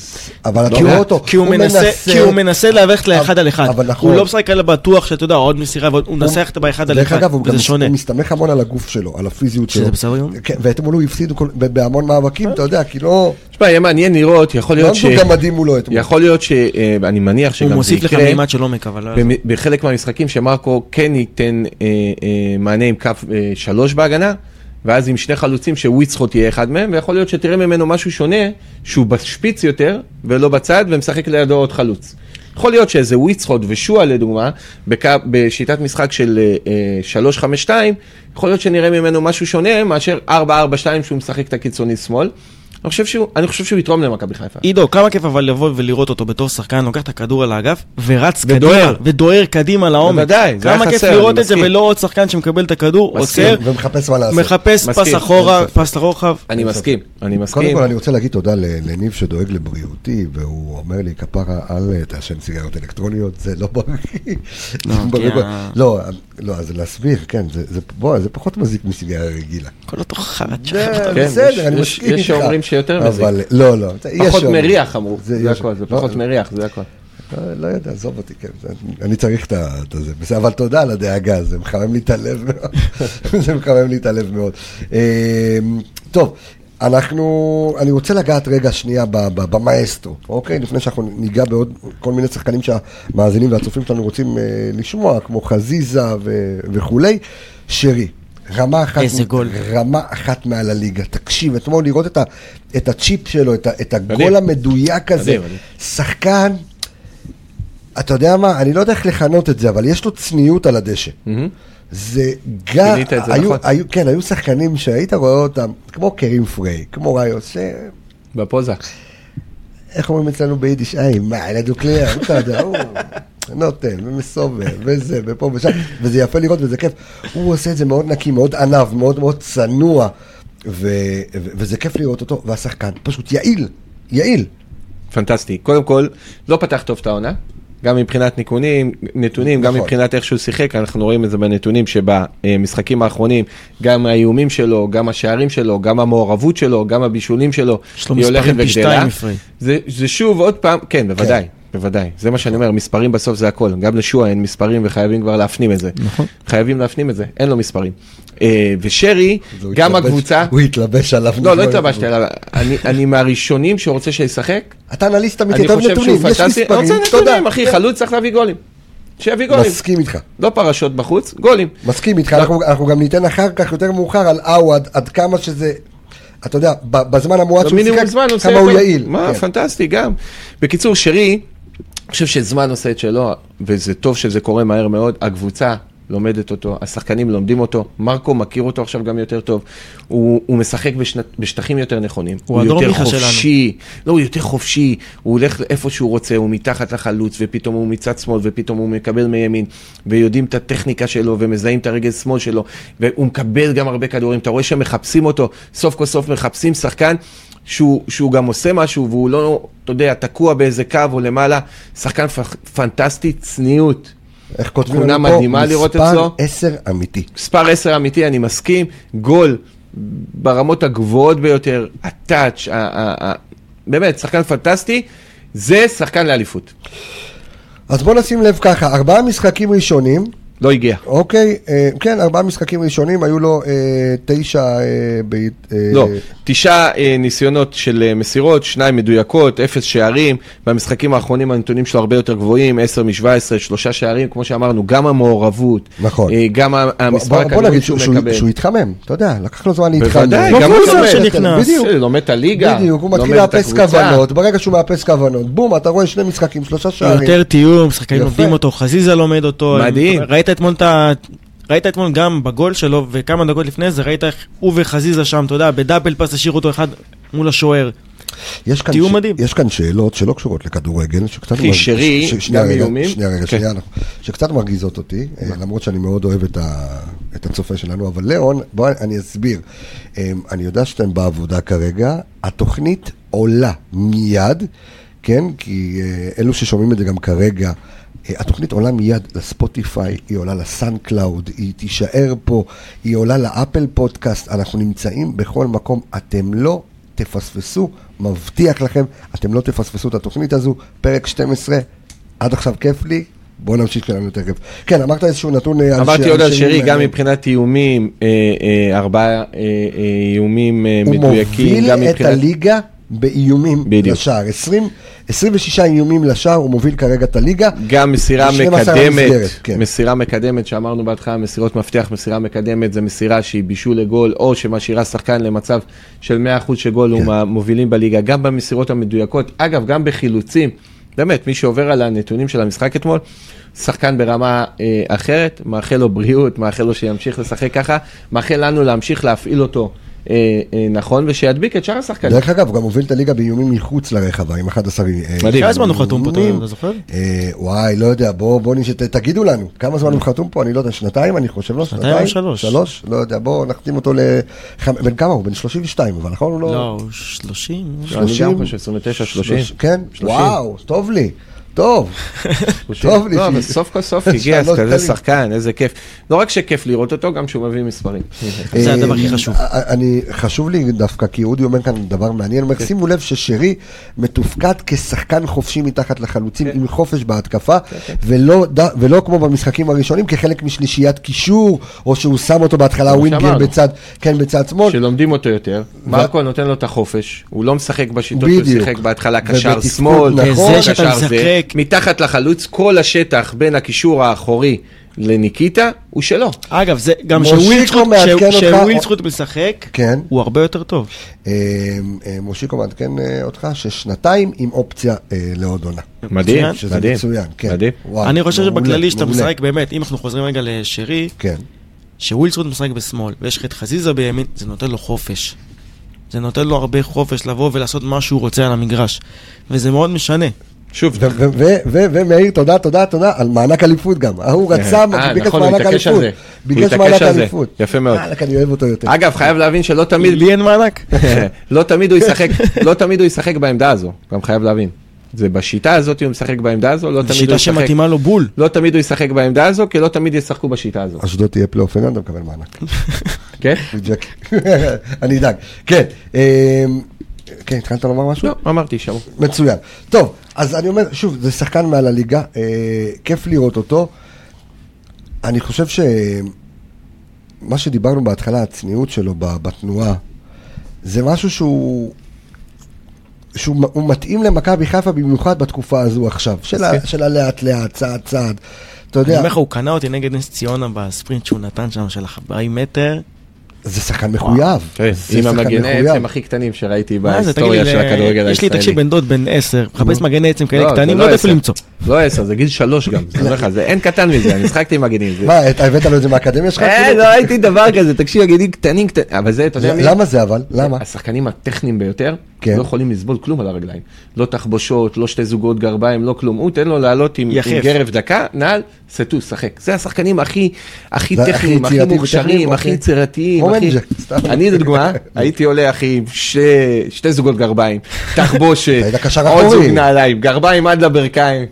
Speaker 1: אבל אתה
Speaker 3: כי
Speaker 1: רואה
Speaker 3: הוא-
Speaker 1: אותו,
Speaker 3: לא כי הוא מנסה, כי הוא מנסה להיאבק לאחד
Speaker 1: אבל-
Speaker 3: על אחד.
Speaker 1: אבל נכון.
Speaker 3: הוא לא משחק על הבטוח שאתה יודע, עוד מסירה, ועוד- הוא מנסה ללכת באחד על
Speaker 1: דרך
Speaker 3: אחד,
Speaker 1: אגב, הוא גם
Speaker 3: וזה
Speaker 1: מס-
Speaker 3: שונה.
Speaker 1: הוא מסתמך המון על הגוף שלו, על הפיזיות
Speaker 3: שזה
Speaker 1: שלו.
Speaker 3: בסדר גמור.
Speaker 1: כן, ואתמול הוא הפסיד כל- ב- בהמון מאבקים, אתה יודע, כי לא...
Speaker 2: תשמע, יהיה מעניין לראות, יכול
Speaker 1: לא
Speaker 2: להיות ש...
Speaker 1: עמדו גם מדהים מולו אתמול.
Speaker 2: יכול להיות ש... אה, אני מניח
Speaker 3: הוא
Speaker 2: שגם זה
Speaker 3: מוסיף לך
Speaker 1: כן.
Speaker 2: יקרה
Speaker 3: מימד של עומק, אבל לא יעזור.
Speaker 2: במ- בחלק מהמשחקים שמרקו כן ייתן אה, אה, מענה עם קו אה, שלוש בהגנה, ואז עם שני חלוצים שוויצחוט יהיה אחד מהם, ויכול להיות שתראה ממנו משהו שונה, שהוא בשפיץ יותר, ולא בצד, ומשחק לידו עוד חלוץ. יכול להיות שאיזה וויצחוט ושועה לדוגמה, בקו, בשיטת משחק של אה, אה, 3-5-2, יכול להיות שנראה ממנו משהו שונה מאשר 4-4-2 שהוא משחק את הקיצוני שמאל. אני חושב שהוא, אני חושב שהוא יתרום למכבי חיפה.
Speaker 3: עידו, כמה כיף אבל לבוא ולראות אותו בתור שחקן, לוקח את הכדור על האגף, ורץ קדימה,
Speaker 2: ודוהר.
Speaker 3: ודוהר קדימה לעומק.
Speaker 2: בוודאי, זה היה
Speaker 3: כמה כיף
Speaker 2: חסר, אני
Speaker 3: לראות את זה,
Speaker 2: מסכים.
Speaker 3: ולא עוד שחקן שמקבל את הכדור,
Speaker 2: מסכים.
Speaker 3: עוצר,
Speaker 1: ומחפש מה לעשות.
Speaker 3: מחפש פס
Speaker 2: מסכים.
Speaker 3: אחורה, פס לרוחב.
Speaker 2: אני מסכים, אני מסכים.
Speaker 1: קודם כל אני רוצה להגיד תודה ל- לניב שדואג לבריאותי, והוא אומר לי, כפרה, אל תעשן סיגריות אלקטרוניות, זה לא בריא.
Speaker 3: לא,
Speaker 1: זה בריא
Speaker 3: כי
Speaker 1: ב-
Speaker 3: ה-
Speaker 1: לא, לא, אז להסביר, כן, זה- זה- בוא, זה פחות מזיק מסיגריה רגילה.
Speaker 3: כל אותו חרט שלך.
Speaker 1: זה-
Speaker 2: כן, יש-
Speaker 1: בסדר, אני
Speaker 2: יש-
Speaker 1: מסכים איתך.
Speaker 2: יש שאומרים שיותר מזיק.
Speaker 1: אבל לא, לא. זה- יש
Speaker 2: פחות
Speaker 1: שאומרים.
Speaker 2: מריח אמרו, זה
Speaker 1: יש-
Speaker 2: הכל, זה
Speaker 1: לא,
Speaker 2: פחות מריח, זה הכל.
Speaker 1: לא- לא יודע, עזוב אותי, כן, זה- אני צריך את ה- את זה, בסדר, אבל תודה על הדאגה, זה מחמם לי את הלב מאוד, זה מחמם לי את הלב מאוד. אמ, טוב, אנחנו, אני רוצה לגעת רגע שנייה ב- ב- במאסטרו, אוקיי? לפני שאנחנו ניגע בעוד כל מיני שחקנים שהמאזינים והצופים שלנו רוצים אה, לשמוע, כמו חזיזה ו- וכולי, שרי. רמה אחת,
Speaker 3: איזה גול.
Speaker 1: רמה אחת מעל הליגה. תקשיב, אתמול לראות את, ה, את הצ'יפ שלו, את, ה, את הגול
Speaker 2: מדהים.
Speaker 1: המדויק הזה.
Speaker 2: מדהים, מדהים.
Speaker 1: שחקן, אתה יודע מה, אני לא יודע איך לכנות את זה, אבל יש לו צניעות על הדשא.
Speaker 2: מהמם.
Speaker 1: זה גם,
Speaker 2: גילית את זה,
Speaker 1: היו,
Speaker 2: נכון.
Speaker 1: היו, כן, היו שחקנים שהיית רואה אותם, כמו קרים פריי, כמו ראיוס, ש...
Speaker 2: בפוזה.
Speaker 1: איך אומרים אצלנו ביידיש, היי, מה, אלעד הוא קליע, אתה יודע, הוא נותן, ומסובב, וזה, ופה ושם, וזה יפה לראות וזה כיף. הוא עושה את זה מאוד נקי, מאוד עניו, מאוד מאוד צנוע, ו, ו, וזה כיף לראות אותו, והשחקן פשוט יעיל, יעיל.
Speaker 2: פנטסטי. קודם כל, לא פתח טוב את העונה, גם מבחינת ניקונים, נתונים, גם
Speaker 1: נכון.
Speaker 2: מבחינת איך שהוא שיחק, אנחנו רואים את זה בנתונים שבמשחקים האחרונים, גם האיומים שלו, גם השערים שלו, גם המעורבות שלו, גם הבישולים שלו,
Speaker 3: יש לו
Speaker 2: היא הולכת
Speaker 3: מספרים פי
Speaker 2: וגדלה.
Speaker 3: שתיים מפריי.
Speaker 2: זה, זה שוב עוד פעם, כן, בוודאי.
Speaker 1: כן.
Speaker 2: בוודאי, זה מה שאני אומר, מספרים בסוף זה הכל, גם לשועה אין מספרים וחייבים כבר להפנים את זה.
Speaker 3: נכון.
Speaker 2: חייבים להפנים את זה, אין לו מספרים. אה, ושרי,
Speaker 1: והוא
Speaker 2: גם
Speaker 1: התלבש-
Speaker 2: הקבוצה,
Speaker 1: הוא התלבש עליו.
Speaker 2: לא, לא התלבשתי עליו, אני- אני מהראשונים שרוצה שישחק,
Speaker 1: אתה אנליסט אמיתי,
Speaker 2: אני
Speaker 1: אתה אוהב
Speaker 2: חושב שהוא
Speaker 1: נתונים, יש
Speaker 2: פנטסטי, אני
Speaker 1: מספרים,
Speaker 2: רוצה
Speaker 1: תודה.
Speaker 2: נתונים, אחי, חלוץ צריך להביא גולים. שיביא גולים,
Speaker 1: מסכים איתך,
Speaker 2: לא פרשות בחוץ, גולים.
Speaker 1: מסכים
Speaker 2: לא.
Speaker 1: איתך, אנחנו- אנחנו גם ניתן אחר כך יותר מאוחר על עווד, עד כמה שזה, אתה יודע, ב- בזמן המועט שהוא
Speaker 2: במינימום זמן
Speaker 1: שיחק,
Speaker 2: הוא עושה
Speaker 1: כמה הוא
Speaker 2: הכל.
Speaker 1: יעיל.
Speaker 2: מה,
Speaker 1: כן.
Speaker 2: פנטסטי, גם. בקיצור, שרי, אני חושב שזמן עושה את שלו, וזה טוב שזה קורה מהר מאוד. הקבוצה לומדת אותו, השחקנים לומדים אותו, מרקו
Speaker 1: נכון.
Speaker 2: מכיר אותו עכשיו גם יותר טוב. הוא, הוא משחק בשנ... בשטחים יותר נכונים.
Speaker 3: הוא הדור
Speaker 2: יותר
Speaker 3: מיכה שלנו.
Speaker 2: חופשי, לא, הוא יותר חופשי, הוא הולך לאיפה שהוא רוצה, הוא מתחת לחלוץ, ופתאום הוא מצד שמאל, ופתאום הוא מקבל מימין, ויודעים את הטכניקה שלו, ומזהים את הרגל שמאל שלו, והוא מקבל גם הרבה כדורים. אתה רואה שמחפשים אותו, סוף כל סוף מחפשים שחקן שהוא, שהוא גם עושה משהו, והוא לא, אתה יודע, תקוע באיזה קו או למעלה. שחקן פ... פנטסטי, צניעות.
Speaker 1: איך כותבים
Speaker 2: תכונה
Speaker 1: לנו פה,
Speaker 2: מדהימה לראות
Speaker 1: מספר
Speaker 2: אצלו.
Speaker 1: 10 אמיתי.
Speaker 2: מספר 10 אמיתי, אני מסכים, גול ברמות הגבוהות ביותר, הטאץ', ה- ה- ה- באמת, שחקן פנטסטי, זה שחקן לאליפות.
Speaker 1: אז בוא נשים לב ככה, ארבעה משחקים ראשונים,
Speaker 2: לא הגיע.
Speaker 1: אוקיי, אה, כן, ארבעה משחקים ראשונים, היו לו אה, תשע אה, ב... אה,
Speaker 2: לא, תשעה אה, ניסיונות של אה, מסירות, שניים מדויקות, אפס שערים, במשחקים האחרונים הנתונים שלו הרבה יותר גבוהים, 10 מ-17, שלושה שערים, כמו שאמרנו, גם המעורבות,
Speaker 1: נכון.
Speaker 2: אה, גם ה-
Speaker 1: בוא-
Speaker 2: המספר
Speaker 1: בוא- בוא
Speaker 2: הכדורים
Speaker 1: נגיד
Speaker 2: שהוא
Speaker 1: שהוא
Speaker 2: מקבל.
Speaker 1: שהוא התחמם, אתה יודע, לקח לו זמן להתחמם.
Speaker 2: בוודאי,
Speaker 3: לא
Speaker 2: גם
Speaker 3: כל
Speaker 2: הוא
Speaker 3: זמן
Speaker 2: לומד.
Speaker 3: שנכנס.
Speaker 1: בדיוק.
Speaker 2: לומד את הליגה,
Speaker 1: בדיוק, הוא מתחיל
Speaker 2: לומד את
Speaker 1: לאפס
Speaker 2: הקבוצה.
Speaker 1: כוונות, ברגע שהוא מאפס כוונות, בום, אתה רואה שני משחקים, שלושה שערים.
Speaker 3: יותר תיאום, שחקנים
Speaker 1: יפה.
Speaker 3: לומדים אותו, חזיזה לומד אותו.
Speaker 2: מדהים.
Speaker 3: ראית אתמול את ה... ראית אתמול גם בגול שלו, וכמה דקות לפני זה, ראית איך הוא וחזיזה שם, אתה יודע, בדאבל פס השאירו אותו אחד מול השוער.
Speaker 1: יש כאן
Speaker 3: תהיו מדהים.
Speaker 1: יש כאן שאלות שלא קשורות לכדורגל, שקצת...
Speaker 2: אחי,
Speaker 1: מרג-
Speaker 2: שרי,
Speaker 1: ש- שנייה
Speaker 2: גם
Speaker 1: רגע,
Speaker 2: איומים.
Speaker 1: שנייה רגע,
Speaker 2: כן.
Speaker 1: שנייה, אנחנו- שקצת מרגיזות אותי, אה, למרות שאני מאוד אוהב את ה- את הצופה שלנו, אבל ליאון, בוא, אני אסביר. אה, אני יודע שאתם בעבודה כרגע, התוכנית עולה מיד, כן? כי אה, אלו ששומעים את זה גם כרגע, אה, התוכנית עולה מיד לספוטיפיי, היא עולה לסאן קלאוד, היא תישאר פה, היא עולה לאפל פודקאסט, אנחנו נמצאים בכל מקום, אתם לא תפספסו, מבטיח לכם, אתם לא תפספסו את התוכנית הזו, פרק 12, עד עכשיו כיף לי, בואו נמשיך שלנו תכף. כן, אמרת איזשהו נתון אה, על
Speaker 2: אמרתי עוד על
Speaker 1: שני
Speaker 2: שרי, גם
Speaker 1: מעניין.
Speaker 2: מבחינת איומים, אה, אה, ארבעה אה, אה, איומים אה,
Speaker 1: הוא
Speaker 2: מדויקים,
Speaker 1: מוביל
Speaker 2: גם
Speaker 1: את
Speaker 2: מבחינת...
Speaker 1: הליגה באיומים
Speaker 2: בדיוק.
Speaker 1: לשער. 20, 26 איומים לשער, הוא מוביל כרגע את הליגה.
Speaker 2: גם מסירה
Speaker 1: 12
Speaker 2: מקדמת,
Speaker 1: במסגרת, כן.
Speaker 2: מסירה מקדמת שאמרנו בהתחלה, מסירות מפתח, מסירה מקדמת זה מסירה שהיא בישול לגול או שמשאירה שחקן למצב של 100% של גול, הוא
Speaker 1: כן.
Speaker 2: מהמובילים בליגה, גם במסירות המדויקות, אגב גם בחילוצים, באמת מי שעובר על הנתונים של המשחק אתמול, שחקן ברמה אה, אחרת, מאחל לו בריאות, מאחל לו שימשיך לשחק ככה, מאחל לנו להמשיך להפעיל אותו אה, אה, נכון ושידביק את שאר השחקנים.
Speaker 1: דרך אגב, גם מוביל את הליגה באיומים מחוץ לרחבה, עם 11 אה,
Speaker 2: מדהים.
Speaker 3: כמה זמן הוא חתום פה, אתה- אתה זוכר?
Speaker 1: אה, וואי, לא יודע, בואו בוא נש... ת- תגידו לנו, כמה זמן הוא חתום פה? אני לא יודע, שנתיים, אני חושב, לא
Speaker 3: שנתיים או שלוש?
Speaker 1: שלוש? לא יודע, בואו נחתים אותו ל... חמ- בן כמה הוא? בן 32, אבל נכון? הוא לא...
Speaker 3: לא, הוא 30.
Speaker 2: לא, אני גם
Speaker 1: 30,
Speaker 2: חושב 29, 30.
Speaker 1: שלוש- כן?
Speaker 2: 30.
Speaker 1: וואו, טוב לי, טוב. טוב לי.
Speaker 2: לא, אבל
Speaker 1: שהיא-
Speaker 2: סוף כל סוף הגיע
Speaker 1: שלוש
Speaker 2: כזה
Speaker 1: טלים.
Speaker 2: שחקן, איזה כיף. לא רק שכיף לראות אותו, גם שהוא מביא מספרים.
Speaker 3: זה
Speaker 1: אה,
Speaker 3: הדבר הכי חשוב.
Speaker 1: אה, אני, חשוב לי דווקא, כי אודי אומר כאן דבר מעניין, הוא אומר,
Speaker 2: כן.
Speaker 1: שימו לב ששרי מתופקד כשחקן חופשי מתחת לחלוצים,
Speaker 2: כן.
Speaker 1: עם חופש בהתקפה, ולא ד- ולא כמו במשחקים הראשונים, כחלק משלישיית קישור, או שהוא שם אותו בהתחלה
Speaker 2: כמו
Speaker 1: ווינגר
Speaker 2: שאמרנו.
Speaker 1: בצד, כן, בצד שמאל.
Speaker 2: שלומדים אותו יותר, מרקו נותן לו את החופש, הוא לא משחק בשיטות שהוא
Speaker 1: בדיוק.
Speaker 2: שיחק בהתחלה, קשר
Speaker 1: ובתפקוד
Speaker 2: שמאל,
Speaker 1: נכון.
Speaker 2: קשר
Speaker 3: זה שאתה
Speaker 2: זה.
Speaker 3: משחק.
Speaker 2: מתחת לחלוץ, כל השטח בין הקישור האחורי לניקיטה, הוא שלו.
Speaker 3: אגב, זה גם
Speaker 1: מושיקו
Speaker 3: שווילצחוט-
Speaker 1: מעדכן אותך-
Speaker 3: שווילצחוט משחק,
Speaker 1: כן.
Speaker 3: הוא הרבה יותר טוב.
Speaker 1: אה, אה, מושיקו מעדכן אה, אותך ששנתיים עם אופציה אה, לעוד עונה.
Speaker 2: מדהים,
Speaker 3: מצוין.
Speaker 1: שזה
Speaker 2: כן. מדהים.
Speaker 1: מצוין, כן.
Speaker 2: מדהים.
Speaker 1: וואי,
Speaker 3: אני חושב
Speaker 1: מעולה,
Speaker 3: שבכללי שאתה
Speaker 1: מעולה.
Speaker 3: משחק באמת, אם אנחנו חוזרים רגע לשרי,
Speaker 1: כן.
Speaker 3: שווילצרוט משחק בשמאל, ויש לך את חזיזה בימין, זה נותן לו חופש. זה נותן לו הרבה חופש לבוא ולעשות מה שהוא רוצה על המגרש. וזה מאוד משנה.
Speaker 2: שוב,
Speaker 1: ו- ו- ו- ו- ומאיר, תודה, תודה, תודה, על מענק אליפות גם. ההוא רצה,
Speaker 2: אה,
Speaker 1: ביקש
Speaker 2: נכון, הוא
Speaker 1: מענק
Speaker 2: התעקש על
Speaker 1: אליפות.
Speaker 2: זה. הוא
Speaker 1: ביקש
Speaker 2: התעקש
Speaker 1: מענק
Speaker 2: על זה.
Speaker 1: אליפות.
Speaker 2: יפה מאוד.
Speaker 1: וואלכ, אני אוהב אותו יותר.
Speaker 2: אגב, חייב להבין שלא תמיד...
Speaker 3: לי אין מענק.
Speaker 2: לא תמיד הוא ישחק, לא תמיד הוא ישחק בעמדה הזו, גם חייב להבין. זה בשיטה הזאת הוא משחק בעמדה הזו, לא תמיד הוא
Speaker 3: שיטה
Speaker 2: ישחק.
Speaker 3: שמתאימה לו בול.
Speaker 2: לא תמיד הוא ישחק בעמדה הזו, כי לא תמיד ישחקו בשיטה הזו.
Speaker 1: אשדוד תהיה פלייאוף עליון, אתה מקבל מענק.
Speaker 2: כן?
Speaker 1: אוקיי. ג'קי. אני אדאג. כן, אמ, כן, התחלת לומר משהו?
Speaker 2: לא, אמרתי שם.
Speaker 1: מצוין. טוב, אז אני אומר, שוב, זה שחקן מעל הליגה, אה, כיף לראות אותו. אני חושב ש... מה שדיברנו בהתחלה, הצניעות שלו ב- בתנועה, זה משהו שהוא... שהוא מ- הוא מתאים למכבי חיפה במיוחד בתקופה הזו עכשיו, של ה- של הלאט לאט, צעד צעד, אתה
Speaker 3: אני
Speaker 1: יודע,
Speaker 3: אומר לך, הוא קנה אותי נגד נס ציונה בספרינט שהוא נתן שם של ה-40 מטר.
Speaker 1: זה שחקן מחויב, כן. זה
Speaker 2: אה, עם
Speaker 1: שחקן
Speaker 2: המגני
Speaker 1: מחויב.
Speaker 2: עצם הכי קטנים שראיתי
Speaker 3: מה זה, תגיד
Speaker 2: בהיסטוריה
Speaker 3: לי,
Speaker 2: של הכדורגל
Speaker 3: ל- יש לי
Speaker 2: הישראלי.
Speaker 3: תקשיב בן דוד בן 10, מחפש מגני עצם כאלה
Speaker 2: זה
Speaker 3: קטנים, לא יודע איפה
Speaker 2: עשר.
Speaker 3: למצוא.
Speaker 2: לא עשר, זה גיל שלוש גם, אני אומר לך, זה אין קטן מזה, אני משחקתי עם מגנים. זה-
Speaker 1: מה, את- הבאת לו את זה מהאקדמיה שלך?
Speaker 2: אה,
Speaker 1: כאילו?
Speaker 2: לא אה, הייתי דבר כזה, תקשיב, מגנים קטנים, קטנים, אבל זה, אתה יודע מי?
Speaker 1: למה זה אבל? למה?
Speaker 2: השחקנים הטכניים ביותר,
Speaker 1: כן.
Speaker 2: לא יכולים לסבול כלום על הרגליים. לא תחבושות, לא שתי זוגות גרביים, לא כלום. הוא תן לו לעלות עם,
Speaker 3: יחף.
Speaker 2: עם גרב דקה, נעל, סטו, שחק. זה השחקנים הכי, הכי
Speaker 1: זה הכי
Speaker 2: טכניים, הכי
Speaker 1: יצירתי וטכניים,
Speaker 2: מוכשרים, הכי
Speaker 1: אוקיי.
Speaker 2: יצירתיים.
Speaker 1: כמו
Speaker 2: הכי-
Speaker 1: מנג'ה, סתם.
Speaker 2: אני לדוגמה, הייתי עולה אחי עם ש- שתי זוגות גרביים, תחבושת,
Speaker 1: היית קשר
Speaker 2: עוד
Speaker 1: אחורי.
Speaker 2: זוג נעליים, גרביים עד לברכיים.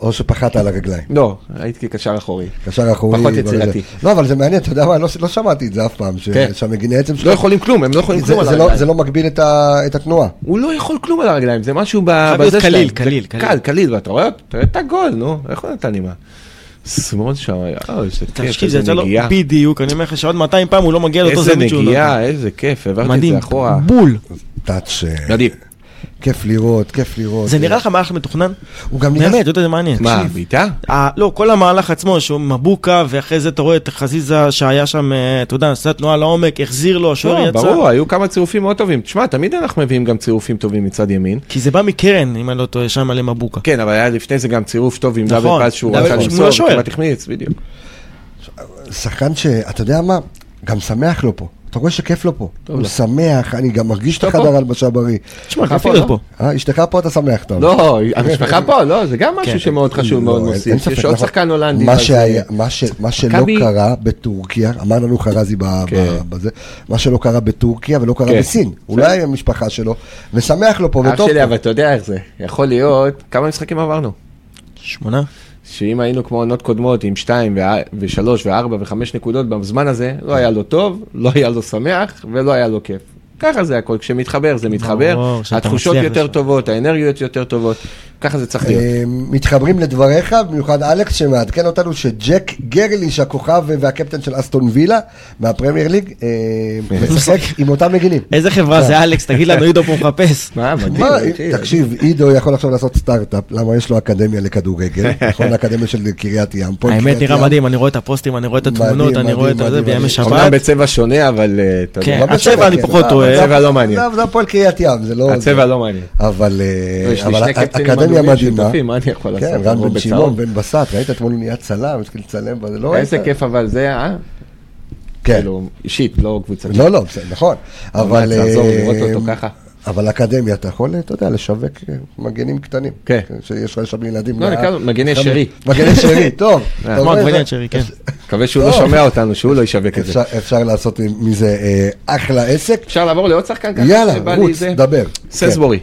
Speaker 1: או שפחדת על הרגליים?
Speaker 2: לא, הייתי קשר אחורי.
Speaker 1: קשר אחורי.
Speaker 2: פחות יצירתי.
Speaker 1: לא, אבל זה מעניין, אתה יודע מה, לא, לא שמעתי את זה אף פעם, ש...
Speaker 2: כן.
Speaker 1: שהמגיני עצם
Speaker 2: לא יכולים כלום, הם לא יכולים
Speaker 1: זה,
Speaker 2: כלום על
Speaker 1: זה, לא,
Speaker 2: הרגליים.
Speaker 1: זה לא מגביל את, ה... את התנועה.
Speaker 2: הוא לא יכול כלום על הרגליים, זה משהו ב-
Speaker 3: חייב להיות
Speaker 2: בזה שלהם.
Speaker 3: קליל,
Speaker 2: זה
Speaker 3: קליל, קליל.
Speaker 2: קל, קליל, ואתה רואה אתה רואה את הגול, נו, איך הוא נתן לי מה? שמאל שם, אה, איזה כיף,
Speaker 3: תקשיב, זה לא- יצא
Speaker 2: איזה
Speaker 3: לו
Speaker 2: נגיעה.
Speaker 3: בדיוק, אני אומר לך שעוד 200 פעם הוא לא מגיע לאותו
Speaker 2: איזה
Speaker 3: זווית שהוא נותן.
Speaker 2: נגיעה, איזה כיף, העברתי את
Speaker 3: לא- מדהים,
Speaker 2: זה אחורה. אוקיי.
Speaker 3: בול.
Speaker 1: טאץ', אה,
Speaker 2: מדהים.
Speaker 1: כיף לראות, כיף לראות.
Speaker 3: זה נראה לך מהלך מתוכנן?
Speaker 1: הוא גם נראה...
Speaker 3: באמת, אתה יודע, זה מעניין.
Speaker 2: מה, בעיטה?
Speaker 3: אה, לא, כל המהלך עצמו, שהוא מבוקה, ואחרי זה אתה רואה את חזיזה שהיה שם, אה, אתה יודע, עשה תנועה לעומק, החזיר לו, השוער
Speaker 2: לא,
Speaker 3: יצא.
Speaker 2: ברור, היו כמה צירופים מאוד טובים. תשמע, תמיד אנחנו מביאים גם צירופים טובים מצד ימין.
Speaker 3: כי זה בא מקרן, אם אני לא טועה, שם למבוקה.
Speaker 2: כן, אבל היה לפני זה גם צירוף טוב עם דאבל
Speaker 3: נכון,
Speaker 2: פאס שהוא
Speaker 3: דאבל
Speaker 2: רצה
Speaker 3: פאס מול
Speaker 2: למסור,
Speaker 3: השוער.
Speaker 2: כמעט החמיץ, בדיוק.
Speaker 1: שחקן שאתה יודע מה, גם שמח לו פה. אתה רואה שכיף לו פה.
Speaker 4: טוב
Speaker 1: הוא
Speaker 4: לו.
Speaker 1: שמח, אני גם מרגיש את
Speaker 2: טוב
Speaker 1: החדר
Speaker 2: פה.
Speaker 1: הלבשה בריא.
Speaker 3: תשמע, כיף
Speaker 2: איפה
Speaker 3: לי להיות
Speaker 2: אתה?
Speaker 3: פה.
Speaker 1: אה, אשתך פה אתה שמח, אתה אומר.
Speaker 2: לא, המשפחה פה, לא, זה גם
Speaker 3: כן.
Speaker 2: משהו שמאוד חשוב,
Speaker 1: לא,
Speaker 2: מאוד
Speaker 1: אין-
Speaker 2: מוסיף.
Speaker 1: אין ספק,
Speaker 2: יש עוד
Speaker 1: נכון.
Speaker 2: שחקן הולנדי.
Speaker 1: מה
Speaker 2: אז-
Speaker 1: שהיה- מה ש- מה שלא
Speaker 2: מכבי-
Speaker 1: קרה בטורקיה, אמר לנו חרזי ב- ב-
Speaker 2: כן.
Speaker 1: בזה, מה שלא קרה בטורקיה ולא קרה
Speaker 2: כן.
Speaker 1: בסין. אולי המשפחה שלו, ושמח לו פה
Speaker 2: אח
Speaker 1: וטוב.
Speaker 2: שלי,
Speaker 1: פה.
Speaker 2: אבל אתה יודע איך זה. יכול להיות, כמה משחקים עברנו?
Speaker 3: שמונה.
Speaker 2: שאם היינו כמו עונות קודמות עם 2 ו-3 ו-4 ו-5 נקודות בזמן הזה, לא היה לו טוב, לא היה לו שמח ולא היה לו כיף. ככה זה הכל, כשמתחבר זה מתחבר,
Speaker 3: ברור, שאתה
Speaker 2: התחושות
Speaker 3: מצליח
Speaker 2: יותר
Speaker 3: לשם.
Speaker 2: טובות, האנרגיות יותר טובות, ככה זה צריך להיות.
Speaker 1: אה, מתחברים לדבריך, במיוחד אלכס שמעדכן אותנו שג'ק גרליש, הכוכב והקפטן של אסטון וילה מהפרמייר ליג, אה,
Speaker 2: כן.
Speaker 1: משחק עם אותם מגינים.
Speaker 3: איזה חברה זה אלכס? תגיד לנו, עידו פה מחפש.
Speaker 2: מה, מדהים,
Speaker 1: מה,
Speaker 2: מדהים.
Speaker 1: תקשיב, עידו יכול עכשיו לעשות סטארט-אפ, למה יש לו אקדמיה לכדורגל, נכון? אקדמיה של קריית ים. פה
Speaker 3: האמת
Speaker 1: קריית ים.
Speaker 3: נראה מדהים, אני רואה את הפוסטים, אני רואה את התמונות,
Speaker 1: מדהים,
Speaker 3: אני רואה את
Speaker 1: מדהים,
Speaker 3: זה
Speaker 1: מדהים,
Speaker 3: בימי
Speaker 1: מדהים.
Speaker 2: אומנם
Speaker 3: שבת.
Speaker 2: בצבע שונה, אבל אה, אתה
Speaker 3: כן,
Speaker 2: יודע,
Speaker 1: לא
Speaker 3: הצבע
Speaker 1: משנה,
Speaker 3: אני
Speaker 1: כן,
Speaker 3: פחות
Speaker 1: לא,
Speaker 3: אוהב.
Speaker 2: הצבע לא מעניין.
Speaker 1: עזוב, זה הפועל קריית ים, זה לא...
Speaker 2: הצבע לא מעניין.
Speaker 1: אבל אה,
Speaker 2: יש לי
Speaker 1: אבל
Speaker 2: שני קפטנים
Speaker 1: אקדמיה
Speaker 2: אדומים
Speaker 1: מדהימה.
Speaker 2: שותפים, מה אני יכול לעשות?
Speaker 1: כן, רן
Speaker 2: הרוב
Speaker 1: בן
Speaker 2: בצהוב.
Speaker 1: שמעון, בן בסט, ראית אתמול הוא נהיה צלם, התחיל לצלם, אבל זה לא...
Speaker 2: איזה
Speaker 1: ראית?
Speaker 2: כיף אבל זה, אה?
Speaker 1: כן.
Speaker 2: כאילו, אישית, לא קבוצתית.
Speaker 1: לא, לא, בסדר, נכון. אבל...
Speaker 2: תעזור
Speaker 1: אה,
Speaker 2: לראות אותו ככה.
Speaker 1: אבל אקדמיה, אתה יכול, אתה יודע, לשווק אה, מגנים קטנים.
Speaker 2: כן.
Speaker 1: שיש לך שם ילדים.
Speaker 2: לא,
Speaker 1: מה-
Speaker 2: נקרא לו אה, מגני
Speaker 1: כמה-
Speaker 2: שרי.
Speaker 1: מגני שרי, טוב. אתה
Speaker 3: כמו
Speaker 1: רואה, זה-
Speaker 3: עגבניית שרי, כן.
Speaker 2: מקווה שהוא לא
Speaker 1: טוב.
Speaker 2: שומע אותנו, שהוא לא ישווק את זה.
Speaker 1: אפשר- אפשר לעשות מזה אה, אחלה עסק.
Speaker 2: אפשר לעבור לעוד שחקן ככה? שבא
Speaker 1: יאללה,
Speaker 2: לי
Speaker 1: רוץ,
Speaker 2: זה?
Speaker 1: דבר.
Speaker 2: סנסבורי.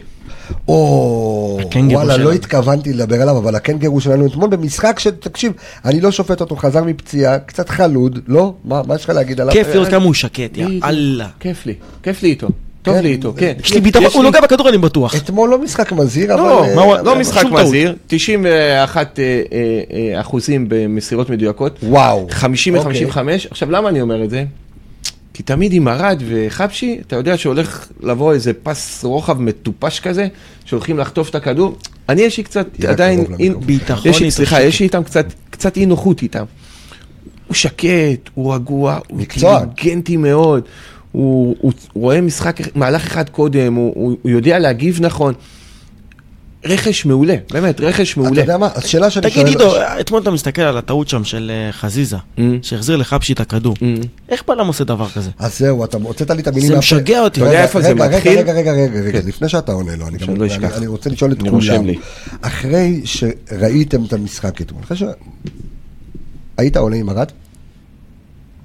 Speaker 1: או,
Speaker 3: הקנגורו
Speaker 1: וואלה,
Speaker 3: שלנו.
Speaker 1: לא התכוונתי לדבר עליו, אבל הקנגרו שלנו אתמול במשחק של, תקשיב, אני לא שופט אותו, חזר מפציעה, קצת חלוד, לא? מה מה יש לך להגיד עליו?
Speaker 3: כיף לראות כמה הוא שקט, יא
Speaker 2: בדיוק.
Speaker 3: אללה.
Speaker 2: כיף לי, כיף לי איתו. טוב
Speaker 1: כן,
Speaker 2: לי איתו, כן.
Speaker 3: יש לי ביטחון,
Speaker 2: יש
Speaker 3: הוא לא גם בכדור אני בטוח.
Speaker 1: אתמול לא משחק מזהיר, אבל...
Speaker 2: לא,
Speaker 1: אה,
Speaker 2: מה הוא-
Speaker 1: אבל-
Speaker 2: לא משחק
Speaker 3: שום טעות.
Speaker 2: מזהיר, 91 אה, אה, אה, אחוזים במסירות מדויקות,
Speaker 1: וואו.
Speaker 2: 50
Speaker 1: אוקיי.
Speaker 2: מ-55. עכשיו, למה אני אומר את זה? כי תמיד עם ארד וחבשי, אתה יודע שהולך לבוא איזה פס רוחב מטופש כזה, שהולכים לחטוף את הכדור. אני יש לי קצת
Speaker 1: תהיה
Speaker 2: עדיין,
Speaker 1: קרוב
Speaker 2: אי-
Speaker 1: למיקרופון.
Speaker 3: ביטחון
Speaker 2: יש לי, סליחה,
Speaker 3: התרחשות.
Speaker 2: יש לי איתם קצת, קצת אי נוחות איתם. הוא שקט, הוא רגוע, הוא
Speaker 1: מקצוען.
Speaker 2: אינטליגנטי מאוד, הוא, הוא רואה משחק, מהלך אחד קודם, הוא, הוא, הוא יודע להגיב נכון. רכש מעולה, באמת, רכש מעולה. אה,
Speaker 1: אתה יודע מה, השאלה שאני
Speaker 3: תגיד
Speaker 1: שואל- Mm.
Speaker 3: עידו, אתמול אתה מסתכל על הטעות שם של אה, חזיזה, שהחזיר לחבשי את הכדור.
Speaker 2: Mm.
Speaker 3: איך בלם עושה דבר כזה?
Speaker 1: אז זהו, אתה הוצאת לי את המילים
Speaker 3: זה
Speaker 1: מהפה.
Speaker 3: משגע אותי.
Speaker 1: רגע,
Speaker 2: אתה יודע איפה זה
Speaker 1: רגע,
Speaker 2: מתחיל?
Speaker 1: רגע, רגע, רגע, רגע,
Speaker 2: כן.
Speaker 1: לפני שאתה עונה לו, אני גם-
Speaker 2: שאני לא
Speaker 1: אני-
Speaker 2: אשכח.
Speaker 1: אני רוצה לשאול את
Speaker 2: אני
Speaker 1: כולם.
Speaker 2: רושם לי.
Speaker 1: אחרי שראיתם את המשחק אתמול, אחרי ש... היית עולה עם ארד?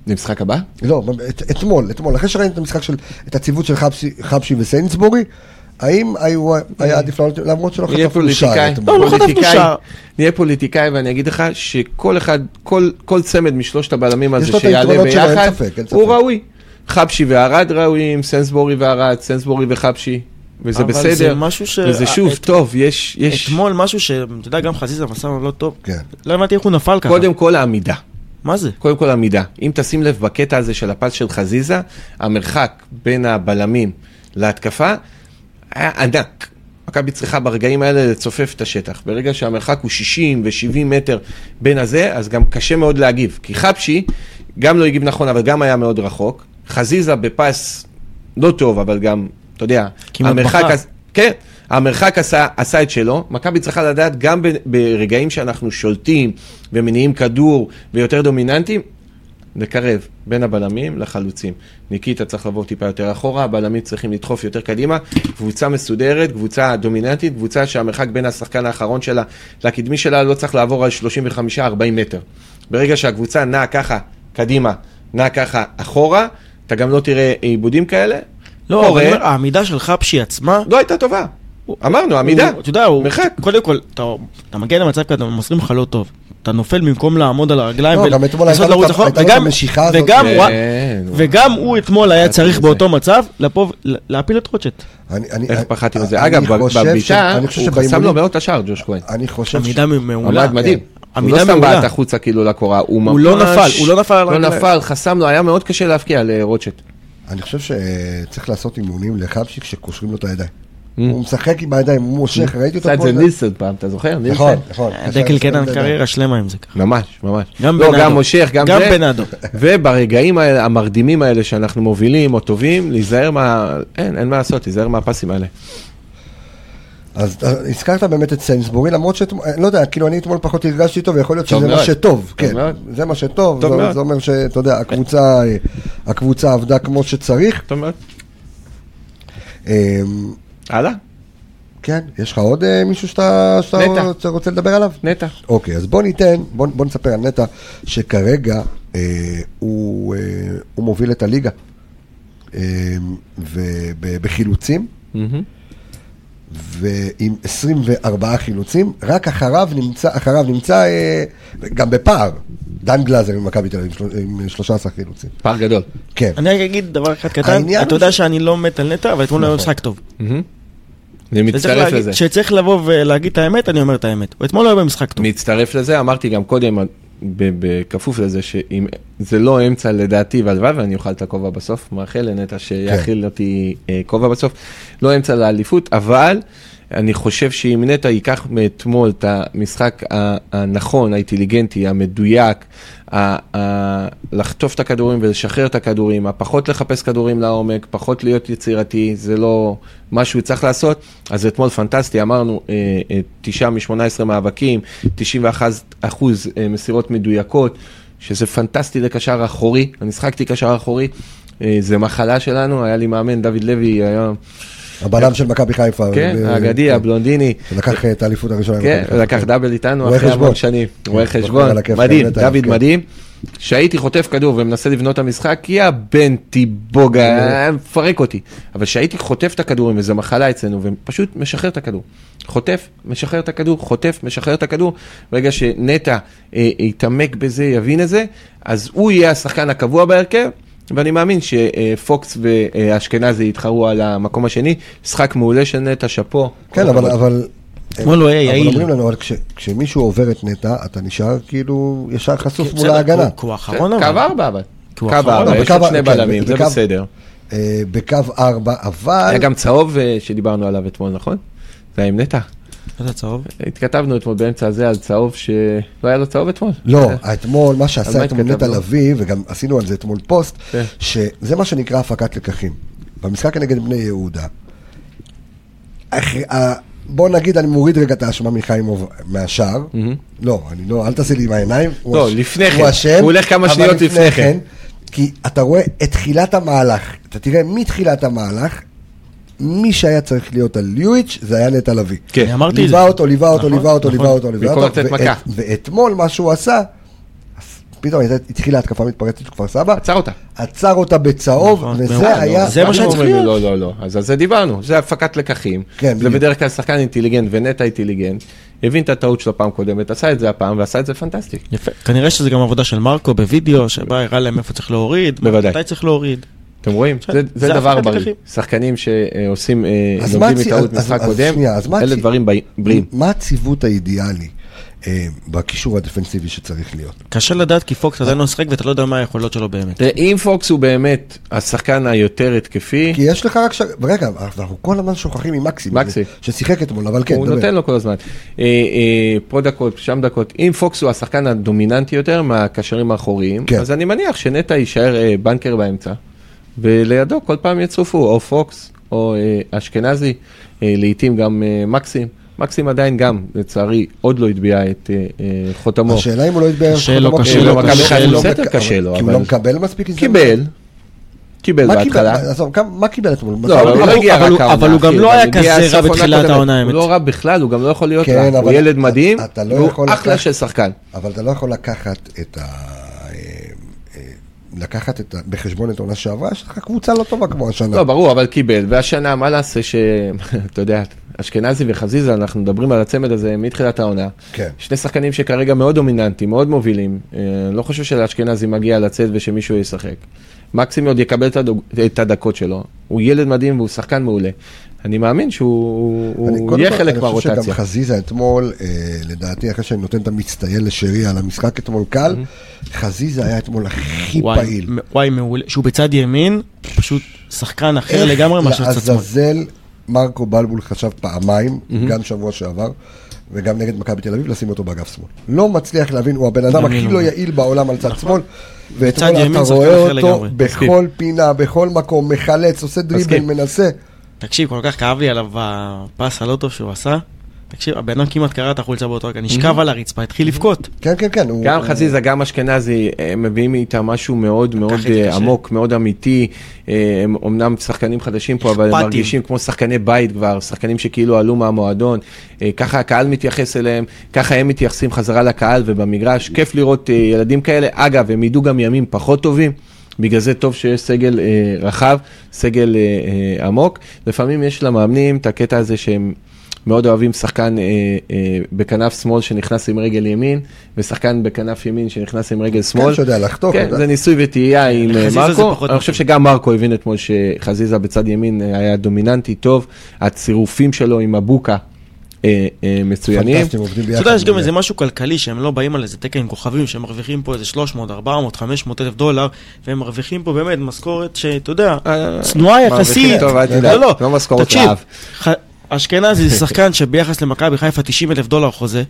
Speaker 2: למשחק הבא?
Speaker 1: לא, את, אתמול, אתמול, אחרי שראינו את המשחק של, את הציוות של חבשי, חבשי וסיינסבורי, האם היו, היה עדיף לעלות, למרות שלא
Speaker 2: נהיה
Speaker 1: חטפנו שער
Speaker 2: פוליטיקאי,
Speaker 1: אתמול?
Speaker 3: לא, לא חטפנו
Speaker 2: פוליטיקאי.
Speaker 3: שער.
Speaker 2: נהיה פוליטיקאי ואני אגיד לך שכל אחד, כל, כל צמד משלושת הבלמים
Speaker 1: יש
Speaker 2: הזה
Speaker 1: לו את
Speaker 2: שיעלה
Speaker 1: היתרונות שלו, אין
Speaker 2: ביחד,
Speaker 1: ספק, אין ספק.
Speaker 2: הוא ראוי. חבשי וערד ראויים, סנסבורי וערד, סנסבורי וחבשי, וזה
Speaker 3: אבל
Speaker 2: בסדר.
Speaker 3: זה משהו ש- אה,
Speaker 2: וזה שוב,
Speaker 3: את-
Speaker 2: טוב, יש... יש...
Speaker 3: אתמול משהו ש... אתה יודע, גם חזיזה עשה לנו לא טוב.
Speaker 1: כן.
Speaker 3: לא הבנתי איך הוא נפל ככה.
Speaker 2: קודם כל העמידה.
Speaker 3: מה זה?
Speaker 2: קודם כל העמידה. אם תשים לב בקטע הזה של הפס של חזיזה, המרחק בין הבלמים להתקפה היה ענק. מכבי צריכה ברגעים האלה לצופף את השטח. ברגע שהמרחק הוא 60 ו-70 מטר בין הזה, אז גם קשה מאוד להגיב. כי חבשי גם לא הגיב נכון, אבל גם היה מאוד רחוק. חזיזה בפס לא טוב, אבל גם, אתה יודע,
Speaker 3: כמעט
Speaker 2: המרחק,
Speaker 3: בחר.
Speaker 2: אז- כן, המרחק עשה, עשה את שלו, מכבי צריכה לדעת גם ב, ברגעים שאנחנו שולטים ומניעים כדור ויותר דומיננטיים, לקרב בין הבלמים לחלוצים. ניקיטה צריך לבוא טיפה יותר אחורה, הבלמים צריכים לדחוף יותר קדימה. קבוצה מסודרת, קבוצה דומיננטית, קבוצה שהמרחק בין השחקן האחרון שלה לקדמי שלה לא צריך לעבור על 35-40 מטר. ברגע שהקבוצה נעה ככה קדימה, נעה ככה אחורה, אתה גם לא תראה עיבודים כאלה.
Speaker 3: לא, אבל
Speaker 2: אורן-
Speaker 3: אני אומר, העמידה של חבשי עצמה...
Speaker 2: לא הייתה טובה. אמרנו, עמידה.
Speaker 3: הוא- אתה יודע, הוא...
Speaker 2: מרחק.
Speaker 3: קודם כל, אתה אתה מגיע למצב כזה, מוסרים לך לא טוב. אתה נופל במקום לעמוד על הרגליים
Speaker 1: לא,
Speaker 3: ול-
Speaker 1: גם אתמול
Speaker 3: לנסות
Speaker 1: הייתה לו
Speaker 3: לרוץ
Speaker 1: את-
Speaker 3: אחורה.
Speaker 1: הייתה לו את
Speaker 3: וגם-
Speaker 1: המשיכה הזאת.
Speaker 3: וגם הוא-
Speaker 2: כן, וואו.
Speaker 3: וגם הוא אתמול היה
Speaker 2: פחדתי
Speaker 3: צריך
Speaker 2: מזה.
Speaker 3: באותו מצב לפוב- להפיל את רוטשט.
Speaker 1: אני, אני,
Speaker 2: איך
Speaker 1: אני-
Speaker 2: פחדתי מזה.
Speaker 1: אני
Speaker 2: אגב, ב-
Speaker 1: חושב ש-
Speaker 2: בביתה,
Speaker 1: אני חושב
Speaker 2: הוא חסם לו
Speaker 1: שבאימונים-
Speaker 2: מאוד את השער, ג'וש כהן.
Speaker 1: אני חושב ש...
Speaker 3: עמידה מעולה.
Speaker 2: עמד מדהים. הוא
Speaker 3: עמידה
Speaker 2: לא סתם
Speaker 3: כן. מעולה.
Speaker 2: בעט החוצה כאילו לקורה, הוא ממש...
Speaker 3: הוא לא נפל, הוא לא נפל על
Speaker 2: לא
Speaker 3: הרגליים.
Speaker 2: נפל, חסם לו, היה מאוד קשה להבקיע אה, לרוטשט.
Speaker 1: אני חושב שצריך לעשות אימונים לחבשי כשקושרים לו את הידיים.
Speaker 2: Mm.
Speaker 1: הוא משחק עם הידיים, הוא מושך, ראיתי אותו
Speaker 2: עשה את זה
Speaker 1: פה,
Speaker 2: נילסון פעם, אתה זוכר? נילסון?
Speaker 1: נכון, נכון.
Speaker 3: אה, דקל קנן קריירה שלמה עם זה ככה.
Speaker 2: ממש, ממש.
Speaker 3: גם
Speaker 2: לא,
Speaker 3: בנאדו.
Speaker 2: גם מושך, גם זה.
Speaker 3: גם בנאדו.
Speaker 2: וברגעים האלה, המרדימים האלה שאנחנו מובילים או טובים, להיזהר מה... אין, אין מה לעשות, להיזהר מהפסים האלה.
Speaker 1: אז אה, הזכרת באמת את סיינסבורי, למרות שאתמול, לא יודע, כאילו אני אתמול פחות הרגשתי איתו, ויכול להיות
Speaker 2: טוב
Speaker 1: שזה מה
Speaker 2: מאוד.
Speaker 1: שטוב,
Speaker 2: טוב
Speaker 1: כן,
Speaker 2: מאוד.
Speaker 1: זה מה שטוב,
Speaker 2: טוב
Speaker 1: זה-
Speaker 2: מאוד.
Speaker 1: זה אומר שאתה יודע, הקבוצה, אה, הקבוצה עבדה כמו שצריך.
Speaker 2: טוב מאוד.
Speaker 1: אה,
Speaker 2: הלאה,
Speaker 1: כן, יש לך עוד אה, מישהו שאתה שאתה
Speaker 2: נטע.
Speaker 1: רוצה- רוצה לדבר עליו?
Speaker 2: נטע.
Speaker 1: אוקיי, אז בוא ניתן, בוא, בוא נספר על נטע, שכרגע אה, הוא, אה, הוא מוביל את הליגה אה, וב- בחילוצים, ועם 24 חילוצים, רק אחריו נמצא, אחריו נמצא אה, גם בפער, דן גלאזר ממכבי תל אביב של- עם 13 חילוצים.
Speaker 2: פער גדול.
Speaker 1: כן,
Speaker 3: אני רק אגיד דבר אחד קטן,
Speaker 1: העניין
Speaker 3: אתה
Speaker 1: הוא
Speaker 3: יודע שאני לא מת על נטע, אבל אתמול היה
Speaker 1: נכון.
Speaker 3: משחק טוב.
Speaker 2: אני
Speaker 3: שצריך
Speaker 2: מצטרף
Speaker 3: להגיד-
Speaker 2: לזה.
Speaker 3: כשצריך לבוא ולהגיד את האמת, אני אומר את האמת. הוא אתמול היה במשחק טוב.
Speaker 2: מצטרף לזה, אמרתי גם קודם, ב- בכפוף לזה, שאם זה לא אמצע לדעתי, והלוואי ואני אוכל את הכובע בסוף, מאחל לנטע שיאכיל אותי אה, כובע בסוף, לא אמצע לאליפות, אבל אני חושב שאם נטע ייקח מאתמול את המשחק ה- הנכון, האינטליגנטי, המדויק, ה- ה- לחטוף את הכדורים ולשחרר את הכדורים, הפחות לחפש כדורים לעומק, פחות להיות יצירתי, זה לא מה שהוא צריך לעשות. אז אתמול פנטסטי, אמרנו, אה, אה, תשעה מ-18 מאבקים, 91 אחוז אה, מסירות מדויקות, שזה פנטסטי לקשר אחורי, אני שחקתי קשר אחורי, אה, זה מחלה שלנו, היה לי מאמן, דוד לוי, היה,
Speaker 1: הבלם של מכבי חיפה.
Speaker 2: כן,
Speaker 1: ב-
Speaker 2: האגדי,
Speaker 1: כן,
Speaker 2: הבלונדיני.
Speaker 1: שלקח אה, את האליפות הראשונה.
Speaker 2: כן,
Speaker 1: למכבי
Speaker 2: הוא
Speaker 1: חיפה.
Speaker 2: לקח דאבל איתנו
Speaker 1: רואה
Speaker 2: אחרי
Speaker 1: חשבון.
Speaker 2: המון שנים,
Speaker 1: כן,
Speaker 2: רואה
Speaker 1: בחור
Speaker 2: חשבון,
Speaker 1: על הכיף,
Speaker 2: מדהים,
Speaker 1: באמת,
Speaker 2: דוד
Speaker 1: כן.
Speaker 2: מדהים. שהייתי חוטף כדור ומנסה לבנות את המשחק, יא בן תיבוגה,
Speaker 1: כן.
Speaker 2: היה מפרק אותי. אבל שהייתי חוטף את הכדורים, וזו מחלה אצלנו, ופשוט משחרר את הכדור. חוטף, משחרר את הכדור, חוטף, משחרר את הכדור. ברגע שנטע אה, יתעמק בזה, יבין את זה, אז הוא יהיה השחקן הקבוע בהרכב, ואני מאמין שפוקס אה, ואשכנזי יתחרו על המקום השני. משחק מעולה של נטע, שאפו.
Speaker 1: כן, אבל- אבל
Speaker 3: אתמול הוא היה
Speaker 1: אבל
Speaker 3: יעיל.
Speaker 1: אומרים לנו, אבל כש- כשמישהו עובר את נטע, אתה נשאר כאילו ישר חשוף מול
Speaker 3: כן, בסדר,
Speaker 1: ההגנה.
Speaker 3: הוא- הוא האחרון
Speaker 2: כן, קו
Speaker 3: אבל.
Speaker 2: ארבע אבל.
Speaker 3: כי הוא
Speaker 2: קו
Speaker 3: אחרון.
Speaker 2: ארבע,
Speaker 1: לא,
Speaker 2: יש עוד
Speaker 1: בקו-
Speaker 2: שני
Speaker 1: כן,
Speaker 2: בלמים, זה
Speaker 1: בקו-
Speaker 2: בסדר.
Speaker 1: אה, בקו ארבע, אבל...
Speaker 2: היה גם צהוב אה, שדיברנו עליו אתמול, נכון? זה היה עם נטע.
Speaker 3: איזה צהוב.
Speaker 2: התכתבנו אתמול באמצע הזה על צהוב שלא היה לו צהוב אתמול.
Speaker 1: לא,
Speaker 2: אה,
Speaker 1: אתמול, מה
Speaker 2: על
Speaker 1: שעשה
Speaker 2: מה
Speaker 1: אתמול נטע
Speaker 2: התכתבנו?
Speaker 1: לביא, וגם עשינו על זה אתמול פוסט,
Speaker 2: כן.
Speaker 1: שזה מה שנקרא הפקת לקחים. במשחק נגד בני יהודה, אחרי- ה- בוא נגיד, אני מוריד רגע את האשמה מחיימוב מהשער.
Speaker 2: מהמם.
Speaker 1: לא, אני לא, אל תעשה לי עם העיניים. הוא
Speaker 2: לא,
Speaker 1: אש-
Speaker 2: לפני כן.
Speaker 1: הוא אשם.
Speaker 2: הוא הולך כמה
Speaker 1: אבל
Speaker 2: שניות לפני כן.
Speaker 1: כי אתה רואה את תחילת המהלך, אתה תראה מתחילת המהלך, מי שהיה צריך להיות על ליואיץ' זה היה נטע לביא.
Speaker 2: כן.
Speaker 3: אני אמרתי את זה.
Speaker 1: ליווה אותו, ליווה אותו,
Speaker 3: נכון,
Speaker 1: ליווה אותו,
Speaker 3: נכון.
Speaker 1: ליווה אותו, ליווה
Speaker 2: במקום
Speaker 1: אותו.
Speaker 2: לתת
Speaker 1: ואת-
Speaker 2: מכה.
Speaker 1: ואתמול מה שהוא עשה, אז פתאום הייתה- התחילה התקפה מתפרצת של כפר סבא,
Speaker 2: עצר אותה.
Speaker 1: עצר אותה בצהוב,
Speaker 3: נכון,
Speaker 1: וזה
Speaker 3: מעולה,
Speaker 1: היה...
Speaker 3: זה מה שהיה צריך
Speaker 2: אומרים לי,
Speaker 3: להיות.
Speaker 2: לא, לא, לא. אז על זה דיברנו, זה הפקת לקחים.
Speaker 1: כן,
Speaker 2: זה
Speaker 1: בדיוק.
Speaker 2: בדרך כלל שחקן אינטליגנט ונטע אינטליגנט. הבין את הטעות שלו פעם קודמת, עשה את זה הפעם ועשה את זה פנטסטי.
Speaker 3: יפה. כנראה שזה גם עבודה של מרקו בווידאו, שבא, הראה להם איפה צריך להוריד.
Speaker 2: בוודאי.
Speaker 3: מתי צריך להוריד.
Speaker 2: אתם רואים?
Speaker 1: כן.
Speaker 2: זה-
Speaker 3: זה
Speaker 2: זה דבר
Speaker 3: הפקת
Speaker 2: בריא.
Speaker 3: לקחים.
Speaker 2: שחקנים שעושים, אה,
Speaker 1: אז מה
Speaker 2: לומדים
Speaker 1: הצי-
Speaker 2: מטעות
Speaker 1: אז- אז-
Speaker 2: משחק
Speaker 1: אז
Speaker 2: קודם,
Speaker 1: שנייה, אז מה
Speaker 2: אלה
Speaker 1: הצי-
Speaker 2: דברים בי- בריאים.
Speaker 1: מה הציוות האידיאלי אה, בקישור הדפנסיבי שצריך להיות?
Speaker 3: קשה לדעת כי פוקס עדיין לא משחק ואתה לא יודע מה היכולות שלו באמת.
Speaker 2: תראה, אם פוקס הוא באמת השחקן היותר התקפי,
Speaker 1: כי יש לך רק ש... רגע, אנחנו כל הזמן שוכחים ממקסי.
Speaker 2: מקסי.
Speaker 1: ששיחק אתמול, אבל כן,
Speaker 2: הוא
Speaker 1: דבר.
Speaker 2: נותן לו כל הזמן. אה, אה, פה דקות, שם דקות. אם פוקס הוא השחקן הדומיננטי יותר מהקשרים האחוריים,
Speaker 1: כן.
Speaker 2: אז אני מניח שנטע יישאר אה, בנקר באמצע, ולידו כל פעם יצופו או פוקס או אה, אשכנזי, אה, לעתים גם אה, מקסים. מקסים עדיין גם, לצערי, עוד לא הטביע את אה, אה, חותמו.
Speaker 1: השאלה אם הוא לא יתבהר...
Speaker 3: קשה לו,
Speaker 1: חותמו,
Speaker 3: קשה
Speaker 1: כי הוא
Speaker 3: לו,
Speaker 1: לא
Speaker 3: קשה
Speaker 1: מקבל-
Speaker 3: לו.
Speaker 1: הוא לא
Speaker 2: בסדר,
Speaker 1: מק-
Speaker 2: קשה לו,
Speaker 1: כי הוא
Speaker 2: אבל-
Speaker 1: לא מקבל מספיק הזדמנות.
Speaker 2: קיבל, קיבל
Speaker 1: מה קיבל?
Speaker 2: בהתחלה.
Speaker 1: עזוב, כמה- מה קיבל אתמול?
Speaker 2: לא, אבל הוא לא
Speaker 3: אבל
Speaker 2: הגיע
Speaker 3: הוא-
Speaker 2: רק
Speaker 3: אבל
Speaker 2: העונה.
Speaker 3: הוא גם
Speaker 2: אחי,
Speaker 3: לא היה
Speaker 2: הגיע
Speaker 3: כזה
Speaker 2: סוף
Speaker 3: רע
Speaker 2: עונה
Speaker 3: בתחילת
Speaker 2: קודמת.
Speaker 3: העונה, האמת.
Speaker 2: הוא לא רע בכלל, הוא גם לא יכול להיות
Speaker 1: כן,
Speaker 2: רע. הוא
Speaker 1: אבל
Speaker 2: ילד
Speaker 1: אתה-
Speaker 2: מדהים,
Speaker 1: אתה לא יכול
Speaker 2: והוא
Speaker 1: לקחת-
Speaker 2: אחלה של שחקן.
Speaker 1: אבל אתה לא יכול לקחת את ה... אה, אה, לקחת את ה... בחשבון את העונה שעברה, יש לך קבוצה לא טובה כמו השנה.
Speaker 2: לא, ברור, אבל קיבל. והשנה, מה נעשה ש... אתה יודע, אשכנזי וחזיזה, אנחנו מדברים על הצמד הזה מתחילת העונה.
Speaker 1: כן.
Speaker 2: שני שחקנים שכרגע מאוד דומיננטיים, מאוד מובילים. אה, לא חושב שלאשכנזי מגיע לצאת ושמישהו ישחק. מקסים עוד יקבל את הדוג- את הדקות שלו. הוא ילד מדהים והוא שחקן מעולה. אני מאמין שהוא הוא
Speaker 1: אני- קודם
Speaker 2: יהיה
Speaker 1: כל,
Speaker 2: חלק מהרוטציה.
Speaker 1: אני חושב שגם חזיזה אתמול, אה, לדעתי, אחרי שאני נותן את המצטיין לשרי על המשחק אתמול קל, חזיזה היה אתמול הכי
Speaker 3: וואי,
Speaker 1: פעיל.
Speaker 3: מ- וואי מעולה, שהוא בצד ימין, פשוט שחקן אחר
Speaker 1: איך לא,
Speaker 3: לגמרי מאשר צד שמאל.
Speaker 1: לעזאזל, מרקו בלבול חשב פעמיים, גם שבוע שעבר, וגם נגד מכבי תל אביב, לשים אותו באגף שמאל. לא מצליח להבין, הוא הבן אדם
Speaker 3: ימין
Speaker 1: הכי
Speaker 3: הוא
Speaker 1: לא
Speaker 3: בא.
Speaker 1: יעיל בעולם על צד שמאל.
Speaker 3: בצד
Speaker 1: ואתמול אתה
Speaker 3: ימין שחקן
Speaker 1: רואה
Speaker 3: אחר
Speaker 1: אותו
Speaker 3: לגמרי.
Speaker 1: בכל פינה, בכל מקום, מחלץ, עושה דריבל,
Speaker 2: מסכים.
Speaker 1: מנסה.
Speaker 3: תקשיב, כל כך כאב לי עליו בפס הלא טוב שהוא עשה. תקשיב, הבן אדם כמעט קרע את החולצה באותו רגע, נשכב על הרצפה, התחיל לבכות.
Speaker 1: כן, כן, כן. הוא-
Speaker 2: גם חזיזה, גם אשכנזי, הם מביאים איתם משהו מאוד מאוד
Speaker 3: את זה
Speaker 2: אה,
Speaker 3: קשה.
Speaker 2: עמוק, מאוד אמיתי. אה, הם אמנם שחקנים חדשים פה, אבל הם
Speaker 3: אכפתיים.
Speaker 2: מרגישים כמו שחקני בית כבר, שחקנים שכאילו עלו מהמועדון. אה, ככה הקהל מתייחס אליהם, ככה הם מתייחסים חזרה לקהל ובמגרש. כיף לראות אה, ילדים כאלה. אגב, הם ידעו גם ימים פחות טובים. בגלל זה טוב שיש סגל אה, רחב, סגל אה, אה, עמוק. לפעמים יש למאמנים את הקטע הזה שהם מאוד אוהבים שחקן אה, אה, בכנף שמאל שנכנס עם רגל ימין, ושחקן בכנף ימין שנכנס עם רגל שמאל.
Speaker 1: שיודע לחתוך,
Speaker 2: כן,
Speaker 1: יודע.
Speaker 2: זה ניסוי וטעייה עם אה,
Speaker 3: לחזיזה זה
Speaker 2: מרקו.
Speaker 3: פחות
Speaker 2: אני
Speaker 3: מתאים.
Speaker 2: חושב שגם מרקו הבין אתמול שחזיזה בצד ימין אה, היה דומיננטי טוב, הצירופים שלו עם מבוקה אה, אה, מצוינים.
Speaker 1: פנטסטיים, עובדים ביחד.
Speaker 3: אתה יודע, יש גם
Speaker 1: מעולה.
Speaker 3: איזה משהו כלכלי, שהם לא באים על איזה תקן עם כוכבים, שהם מרוויחים פה איזה 300, 400, 500 אלף דולר, והם מרוויחים פה באמת משכורת שאתה יודע,
Speaker 2: אה,
Speaker 3: צנועה
Speaker 2: מרוויחים
Speaker 3: יחסית.
Speaker 2: טוב, אל תדאג,
Speaker 3: לא,
Speaker 2: לא
Speaker 3: לא,
Speaker 2: משכורת
Speaker 3: תקשיב,
Speaker 2: רעב.
Speaker 3: ח- אשכנזי זה שחקן שביחס למכבי חיפה 90 אלף דולר חוזה,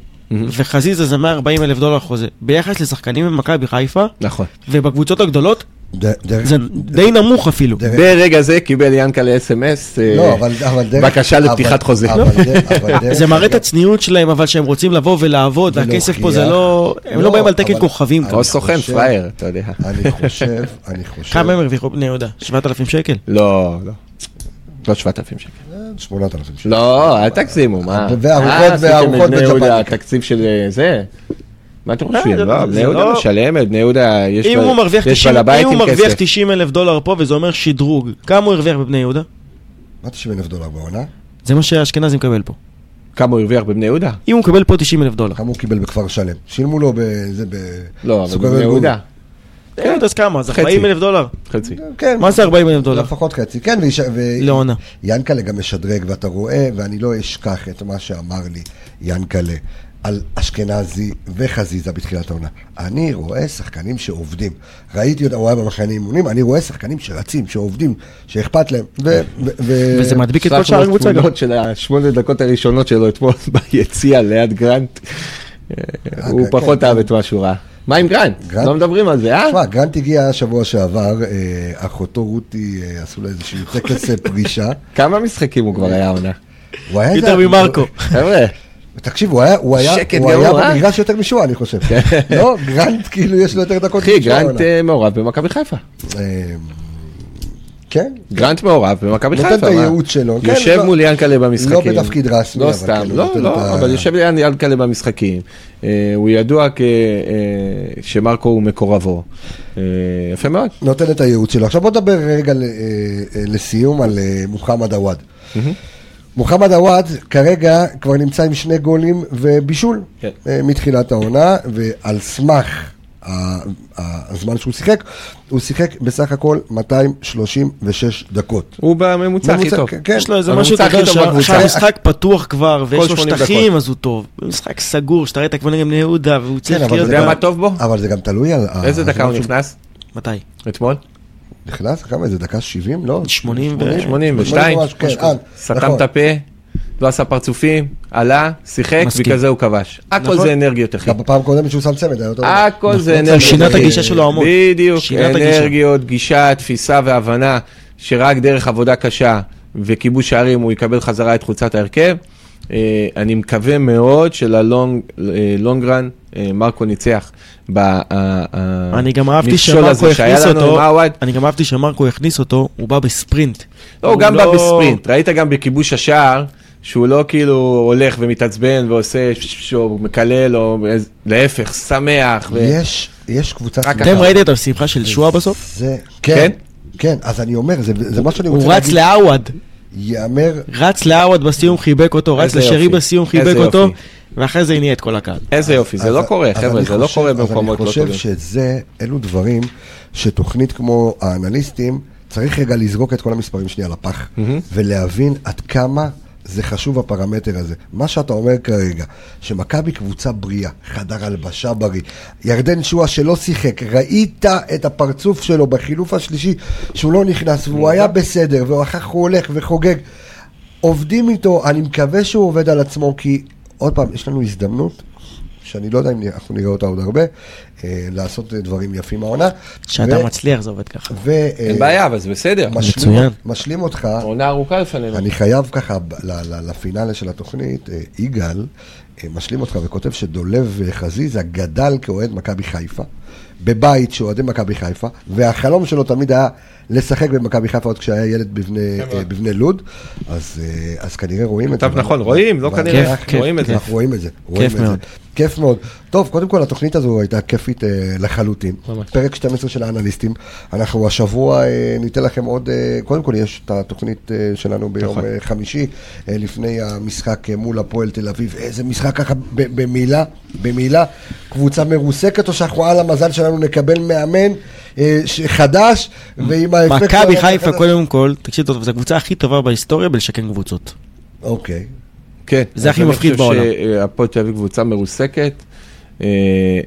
Speaker 3: וחזיזה זה 140 אלף דולר חוזה. ביחס לשחקנים במכבי חיפה,
Speaker 2: נכון.
Speaker 3: ובקבוצות הגדולות,
Speaker 1: ד- דרך-
Speaker 3: זה די נמוך אפילו.
Speaker 1: דרך-
Speaker 2: ברגע זה קיבל ינקלה אס.אם.אס,
Speaker 1: לא, אבל, אבל דרך...
Speaker 2: בקשה
Speaker 1: אבל-
Speaker 2: לפתיחת חוזה.
Speaker 1: אבל דרך- אבל דרך-
Speaker 3: זה מראה את הצניעות שלהם, אבל שהם רוצים לבוא ולעבוד, והכסף פה זה לא... הם לא באים על תקן
Speaker 1: אבל-
Speaker 3: כוכבים.
Speaker 1: אבל-
Speaker 2: או סוכן,
Speaker 1: חושב-
Speaker 2: פראייר, אתה יודע.
Speaker 1: אני חושב, אני חושב...
Speaker 3: כמה הם הרוויחו בני יהודה? 7,000 שקל?
Speaker 2: לא, לא. לא 7,000 שקל.
Speaker 1: 8,000 שקל.
Speaker 2: לא, אל תגזימו, מה?
Speaker 1: וארוחות
Speaker 2: מה עשיתם
Speaker 1: וארוחות
Speaker 2: לבני יהודה,
Speaker 1: בג'פניקה.
Speaker 2: התקציב של אה, זה? מה אתם חושבים?
Speaker 3: זה-
Speaker 2: לא,
Speaker 3: זה
Speaker 2: בני יהודה
Speaker 3: לא-
Speaker 2: משלמת, בני יהודה יש
Speaker 3: אם
Speaker 2: לה-
Speaker 3: הוא מרוויח
Speaker 2: יש
Speaker 3: 90
Speaker 2: בעל הבית
Speaker 3: אם הוא
Speaker 2: עם
Speaker 3: מרוויח
Speaker 2: כסף.
Speaker 3: 90 אלף דולר פה, וזה אומר שדרוג, כמה הוא הרוויח בבני יהודה?
Speaker 1: מה 90 אלף דולר בעונה?
Speaker 3: זה מה שהאשכנזי מקבל פה.
Speaker 2: כמה הוא הרוויח בבני יהודה?
Speaker 3: אם הוא מקבל פה 90 אלף דולר.
Speaker 1: כמה הוא קיבל בכפר שלם? שילמו לו בזה ב...
Speaker 2: לא, אבל
Speaker 1: סוכרי
Speaker 2: בבני
Speaker 1: גומי.
Speaker 2: יהודה.
Speaker 3: כן, אז כמה? אז
Speaker 2: חצי.
Speaker 3: 40 אלף דולר.
Speaker 2: חצי.
Speaker 1: כן.
Speaker 3: מה זה 40 אלף דולר?
Speaker 1: לפחות חצי, כן, ויש- ו-
Speaker 3: לעונה.
Speaker 1: ינקלה גם משדרג, ואתה רואה, ואני לא אשכח את מה שאמר לי ינקלה על אשכנזי וחזיזה בתחילת העונה. אני רואה שחקנים שעובדים. ראיתי אותם, הוא היה במחנה אימונים, אני רואה שחקנים שרצים, שעובדים, שאכפת להם. ו-
Speaker 2: כן.
Speaker 1: ו- ו-
Speaker 3: וזה מדביק את כל שאר
Speaker 2: שלחנו
Speaker 3: הקבוצה גם.
Speaker 2: תמונות של השמונה דקות הראשונות שלו אתמול ביציע ליד גרנט. אה, הוא
Speaker 1: כן,
Speaker 2: פחות
Speaker 1: כן.
Speaker 2: אהב את מה שהוא ראה. מה עם גרנט?
Speaker 1: גרנט?
Speaker 2: לא מדברים על זה, אה?
Speaker 1: תשמע, גרנט הגיע שבוע שעבר, אה, אחותו רותי אה, עשו לה איזשהו טקס אה, פרישה.
Speaker 2: כמה משחקים הוא כבר
Speaker 1: אה.
Speaker 2: היה עונה?
Speaker 1: הוא היה
Speaker 3: יותר
Speaker 1: איזה-
Speaker 3: ממרקו.
Speaker 2: חבר'ה,
Speaker 1: תקשיב, הוא היה, הוא היה,
Speaker 2: שקט
Speaker 1: הוא היה
Speaker 2: גמור, אה?
Speaker 1: במגרש יותר משוע, אני חושב. לא, גרנט כאילו יש לו יותר דקות משוע
Speaker 2: אחי, גרנט
Speaker 1: העונה.
Speaker 2: אה, מעורב במכבי חיפה.
Speaker 1: אה, כן,
Speaker 2: גרנט מעורב במכבי
Speaker 1: נותן
Speaker 2: חיפה.
Speaker 1: את
Speaker 2: מה?
Speaker 1: הייעוץ שלו, כן,
Speaker 2: יושב
Speaker 1: לא-
Speaker 2: מול ינקלה במשחקים.
Speaker 1: לא בתפקיד רשמי,
Speaker 2: לא
Speaker 1: אבל
Speaker 2: סתם,
Speaker 1: כן, הוא
Speaker 2: לא,
Speaker 1: נותן את
Speaker 2: לא,
Speaker 1: ה-
Speaker 2: אבל יושב ליד ינקלה במשחקים. אה, הוא ידוע כ- אה, שמרקו הוא מקורבו. אה, יפה מאוד.
Speaker 1: נותן את הייעוץ שלו. עכשיו בוא נדבר רגע ל- אה, אה, לסיום על אה, מוחמד עוואד. מוחמד עוואד כרגע כבר נמצא עם שני גולים ובישול
Speaker 2: כן.
Speaker 1: אה, מתחילת העונה, ועל סמך ה- ה- הזמן שהוא שיחק, הוא שיחק בסך הכל 236 דקות.
Speaker 2: הוא בממוצע הכי
Speaker 1: ממוצע,
Speaker 2: טוב.
Speaker 1: כן, כן.
Speaker 3: יש לו איזה
Speaker 2: הממוצע
Speaker 3: משהו, אתה
Speaker 2: הכי
Speaker 3: יודע,
Speaker 2: טוב בקבוצה.
Speaker 3: שהמשחק פתוח כבר, ויש לו
Speaker 2: 80
Speaker 3: שטחים, אז הוא טוב. משחק סגור, שאתה ראית כבר נגד בני יהודה, והוא צריך
Speaker 1: אבל
Speaker 3: להיות...
Speaker 1: זה
Speaker 2: כן, אתה יודע
Speaker 1: גם-
Speaker 2: מה טוב בו?
Speaker 1: אבל זה גם תלוי על... ה-
Speaker 2: איזה דקה הוא
Speaker 1: הזמן
Speaker 2: נכנס?
Speaker 3: מתי?
Speaker 2: אתמול?
Speaker 1: שהוא- נכנס? כמה? איזה דקה 70? לא.
Speaker 3: 80 ו...
Speaker 2: 82?
Speaker 1: ממש, כן,
Speaker 2: משהו כזה.
Speaker 1: אה,
Speaker 2: סתם
Speaker 1: נכון.
Speaker 2: את הפה, לא עשה פרצופים, עלה, שיחק,
Speaker 3: מסכים.
Speaker 2: בגלל זה הוא כבש. הכל
Speaker 3: נכון.
Speaker 2: זה אנרגיות, אחי.
Speaker 1: גם בפעם הקודמת שהוא שם צמד, היה אותו דבר.
Speaker 2: הכל זה
Speaker 3: נכון,
Speaker 2: אנרגיות.
Speaker 3: שינה את
Speaker 2: אחי.
Speaker 3: הגישה שלו המון.
Speaker 2: בדיוק,
Speaker 3: שינה את הגישה.
Speaker 2: אנרגיות, גישה, תפיסה והבנה שרק דרך עבודה קשה וכיבוש שערים הוא יקבל חזרה את חולצת ההרכב. אה, אני מקווה מאוד אה, שללונגרן מרקו ניצח. ב- ה- ה-
Speaker 3: אני גם אהבתי
Speaker 2: המכשול
Speaker 3: שמרקו
Speaker 2: הזה שהיה
Speaker 3: הכניס
Speaker 2: לנו עם
Speaker 3: אותו,
Speaker 2: עווד.
Speaker 3: אני גם אהבתי שמרקו הכניס אותו, הוא בא בספרינט.
Speaker 2: לא, הוא גם בא
Speaker 3: לא-
Speaker 2: בספרינט, ראית גם בכיבוש השער, שהוא לא כאילו הולך ומתעצבן ועושה, ש- ש- או מקלל, או איז- להפך, שמח. ו-
Speaker 1: יש, יש קבוצת...
Speaker 2: רק
Speaker 3: אתם ראיתם את השמחה של שועה בסוף?
Speaker 1: זה,
Speaker 2: כן?
Speaker 1: כן, כן, אז אני אומר, זה, זה מה שאני רוצה
Speaker 3: הוא רץ
Speaker 1: להגיד,
Speaker 3: לעווד,
Speaker 1: ייאמר,
Speaker 3: רץ לעווד בסיום חיבק אותו, רץ
Speaker 2: איזה
Speaker 3: לשרי
Speaker 2: יופי.
Speaker 3: בסיום
Speaker 2: איזה
Speaker 3: חיבק
Speaker 2: יופי.
Speaker 3: אותו, ואחרי זה הניע את כל הקהל.
Speaker 2: איזה יופי, זה
Speaker 1: אז-
Speaker 2: לא קורה,
Speaker 1: אז
Speaker 2: חבר'ה,
Speaker 1: אני
Speaker 2: זה לא
Speaker 1: חושב-
Speaker 2: קורה
Speaker 1: אז
Speaker 2: במקומות לא
Speaker 1: אני
Speaker 2: טובים.
Speaker 1: חושב שזה, אלו דברים שתוכנית כמו האנליסטים, צריך רגע לזרוק את כל המספרים שלי על הפח, ולהבין עד כמה זה חשוב הפרמטר הזה. מה שאתה אומר כרגע, שמכבי קבוצה בריאה, חדר הלבשה בריא, ירדן שואה שלא שיחק, ראית את הפרצוף שלו בחילוף השלישי, שהוא לא נכנס, והוא היה בסדר, ואחר כך הוא הולך וחוגג. עובדים איתו, אני מקווה שהוא עובד על עצמו, כי עוד פעם, יש לנו הזדמנות שאני לא יודע אם אנחנו נראה אותה עוד הרבה, אה, לעשות אה, דברים יפים העונה.
Speaker 3: כשאתה
Speaker 1: ו-
Speaker 3: מצליח זה עובד ככה.
Speaker 1: ו... אה,
Speaker 2: אין בעיה, אבל זה בסדר.
Speaker 1: משלים-
Speaker 3: מצוין.
Speaker 1: משלים אותך,
Speaker 2: עונה ארוכה לפנינו.
Speaker 1: אני חייב ככה ב- ל- ל- לפינאלה של התוכנית, אה, יגאל אה, משלים אותך וכותב שדולב אה, חזיזה גדל כאוהד מכבי חיפה, בבית שאוהדי מכבי חיפה, והחלום שלו תמיד היה לשחק במכבי חיפה עוד כשהיה ילד בבני,
Speaker 2: כן,
Speaker 1: אה, בבני לוד, אז, אה, אז כנראה רואים את זה.
Speaker 2: כתב נכון, רואים, לא
Speaker 1: ואנחנו-
Speaker 2: כנראה,
Speaker 3: כיף, כיף,
Speaker 2: רואים את זה.
Speaker 1: אנחנו רואים את זה. רואים את זה.
Speaker 3: מאוד.
Speaker 1: כיף מאוד. טוב, קודם כל התוכנית הזו הייתה כיפית אה, לחלוטין.
Speaker 2: ממש.
Speaker 1: פרק 12 של האנליסטים. אנחנו השבוע אה, ניתן לכם עוד, אה, קודם כל יש את התוכנית אה, שלנו ביום
Speaker 2: נכון.
Speaker 1: אה, חמישי, אה, לפני המשחק אה, מול הפועל תל אביב. איזה משחק ככה ב- במילה, במילה. קבוצה מרוסקת, או שאנחנו על המזל שלנו נקבל מאמן אה, ש- חדש, ועם האפקט...
Speaker 3: מכבי חיפה
Speaker 1: החדש-
Speaker 3: קודם כל, תקשיב טוב, זו הקבוצה הכי טובה בהיסטוריה בלשכן קבוצות.
Speaker 1: אוקיי.
Speaker 2: כן.
Speaker 3: זה הכי מפחיד בעולם.
Speaker 2: אז אני חושב שהפועל תל אביב קבוצה מרוסקת. אה,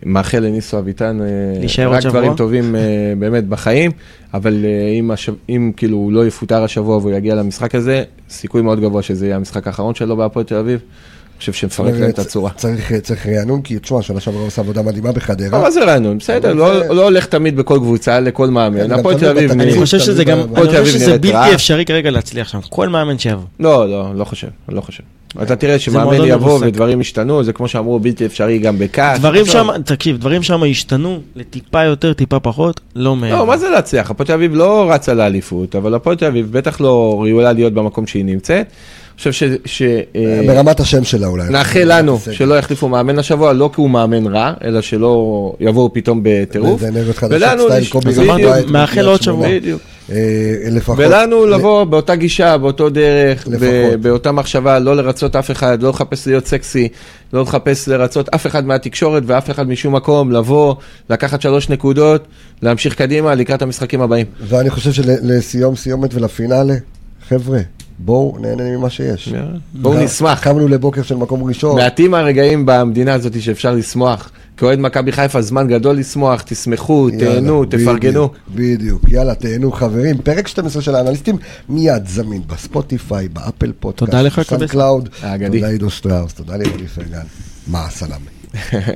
Speaker 2: מאחל לניסו אביטן אה,
Speaker 3: להישאר עוד
Speaker 2: רק
Speaker 3: שבוע.
Speaker 2: דברים טובים אה, באמת בחיים, אבל אה, אם השב- אם כאילו הוא לא יפוטר השבוע והוא יגיע למשחק הזה, סיכוי מאוד גבוה שזה יהיה המשחק האחרון שלו בהפועל תל אביב. אני חושב שמפרק להם את הצורה.
Speaker 1: צריך, אה, צריך רענון, כי תשמע, שנה שעברה הוא עושה עבודה מדהימה בחדרה.
Speaker 2: לא, מה זה רענון? בסדר,
Speaker 1: אבל
Speaker 2: לא
Speaker 1: זה-
Speaker 2: לא הולך תמיד בכל קבוצה לכל
Speaker 1: כן,
Speaker 2: מאמן.
Speaker 1: גם
Speaker 2: הפועל
Speaker 1: תלוי
Speaker 2: תל אביב...
Speaker 1: בתקציב.
Speaker 2: נראה-
Speaker 3: אני חושב שזה גם,
Speaker 1: תלוי
Speaker 3: אני
Speaker 2: בתל
Speaker 3: חושב
Speaker 2: אביב
Speaker 3: שזה
Speaker 2: נראית רעה.
Speaker 3: בלתי אפשרי כרגע להצליח שם, כל מאמן שיבוא.
Speaker 2: לא, לא, לא חושב, לא חושב. אתה תראה שמאמן
Speaker 3: מועדון
Speaker 2: יבוא
Speaker 3: לא מרוסק.
Speaker 2: ודברים ישתנו, זה כמו שאמרו, בלתי אפשרי גם בכעס.
Speaker 3: דברים
Speaker 2: עזוב.
Speaker 3: שם, תקשיב, דברים שם השתנו לטיפה יותר, טיפה פחות, לא מעבר.
Speaker 2: לא, מה זה להצליח? הפועל תל אביב לא רצה לאליפות, אבל הפועל תל אביב בטח לא ראויה להיות במקום שהיא נמצאת. אני חושב ש... ש- אה,
Speaker 1: ברמת השם שלה אולי.
Speaker 2: נאחל לנו
Speaker 1: בסדר.
Speaker 2: שלא יחליפו מאמן השבוע, לא כי הוא מאמן רע, אלא שלא יבואו פתאום בטירוף.
Speaker 1: באנרגיות חדשות,
Speaker 2: ולנו
Speaker 1: סטייל
Speaker 2: נש-
Speaker 1: קובי
Speaker 2: אז
Speaker 1: רפואה,
Speaker 2: אמרתי,
Speaker 1: את
Speaker 3: מאחל
Speaker 1: קריית
Speaker 3: עוד
Speaker 1: שמונה.
Speaker 3: שבוע.
Speaker 2: בדיוק.
Speaker 1: אה, לפחות.
Speaker 2: ולנו
Speaker 1: ל-
Speaker 2: לבוא באותה גישה, באותו דרך, ב-
Speaker 1: לפחות.
Speaker 2: באותה מחשבה, לא לרצות אף אחד, לא לחפש להיות סקסי, לא לחפש לרצות אף אחד מהתקשורת ואף אחד משום מקום, לבוא, לקחת שלוש נקודות, להמשיך קדימה לקראת המשחקים הבאים.
Speaker 1: ואני חושב שלסיום סיומת ולפינאלה, חבר'ה, בואו נהנה ממה שיש.
Speaker 2: בואו נשמח.
Speaker 1: קמנו לבוקר של מקום ראשון.
Speaker 2: מעטים הרגעים במדינה הזאת שאפשר לשמוח. כאוהד מכבי חיפה זמן גדול לשמוח, תשמחו,
Speaker 1: יאללה,
Speaker 2: תהנו,
Speaker 1: בדיוק,
Speaker 2: תפרגנו.
Speaker 1: בדיוק, יאללה, תהנו חברים. פרק 12 של האנליסטים מיד זמין בספוטיפיי, באפל פודקאסט,
Speaker 3: תודה לך,
Speaker 1: בסאונד
Speaker 3: קבס.
Speaker 1: קלאוד.
Speaker 2: האגדי.
Speaker 1: תודה עידו שטראוס, תודה לירוני פרגן. מה הסלאמה.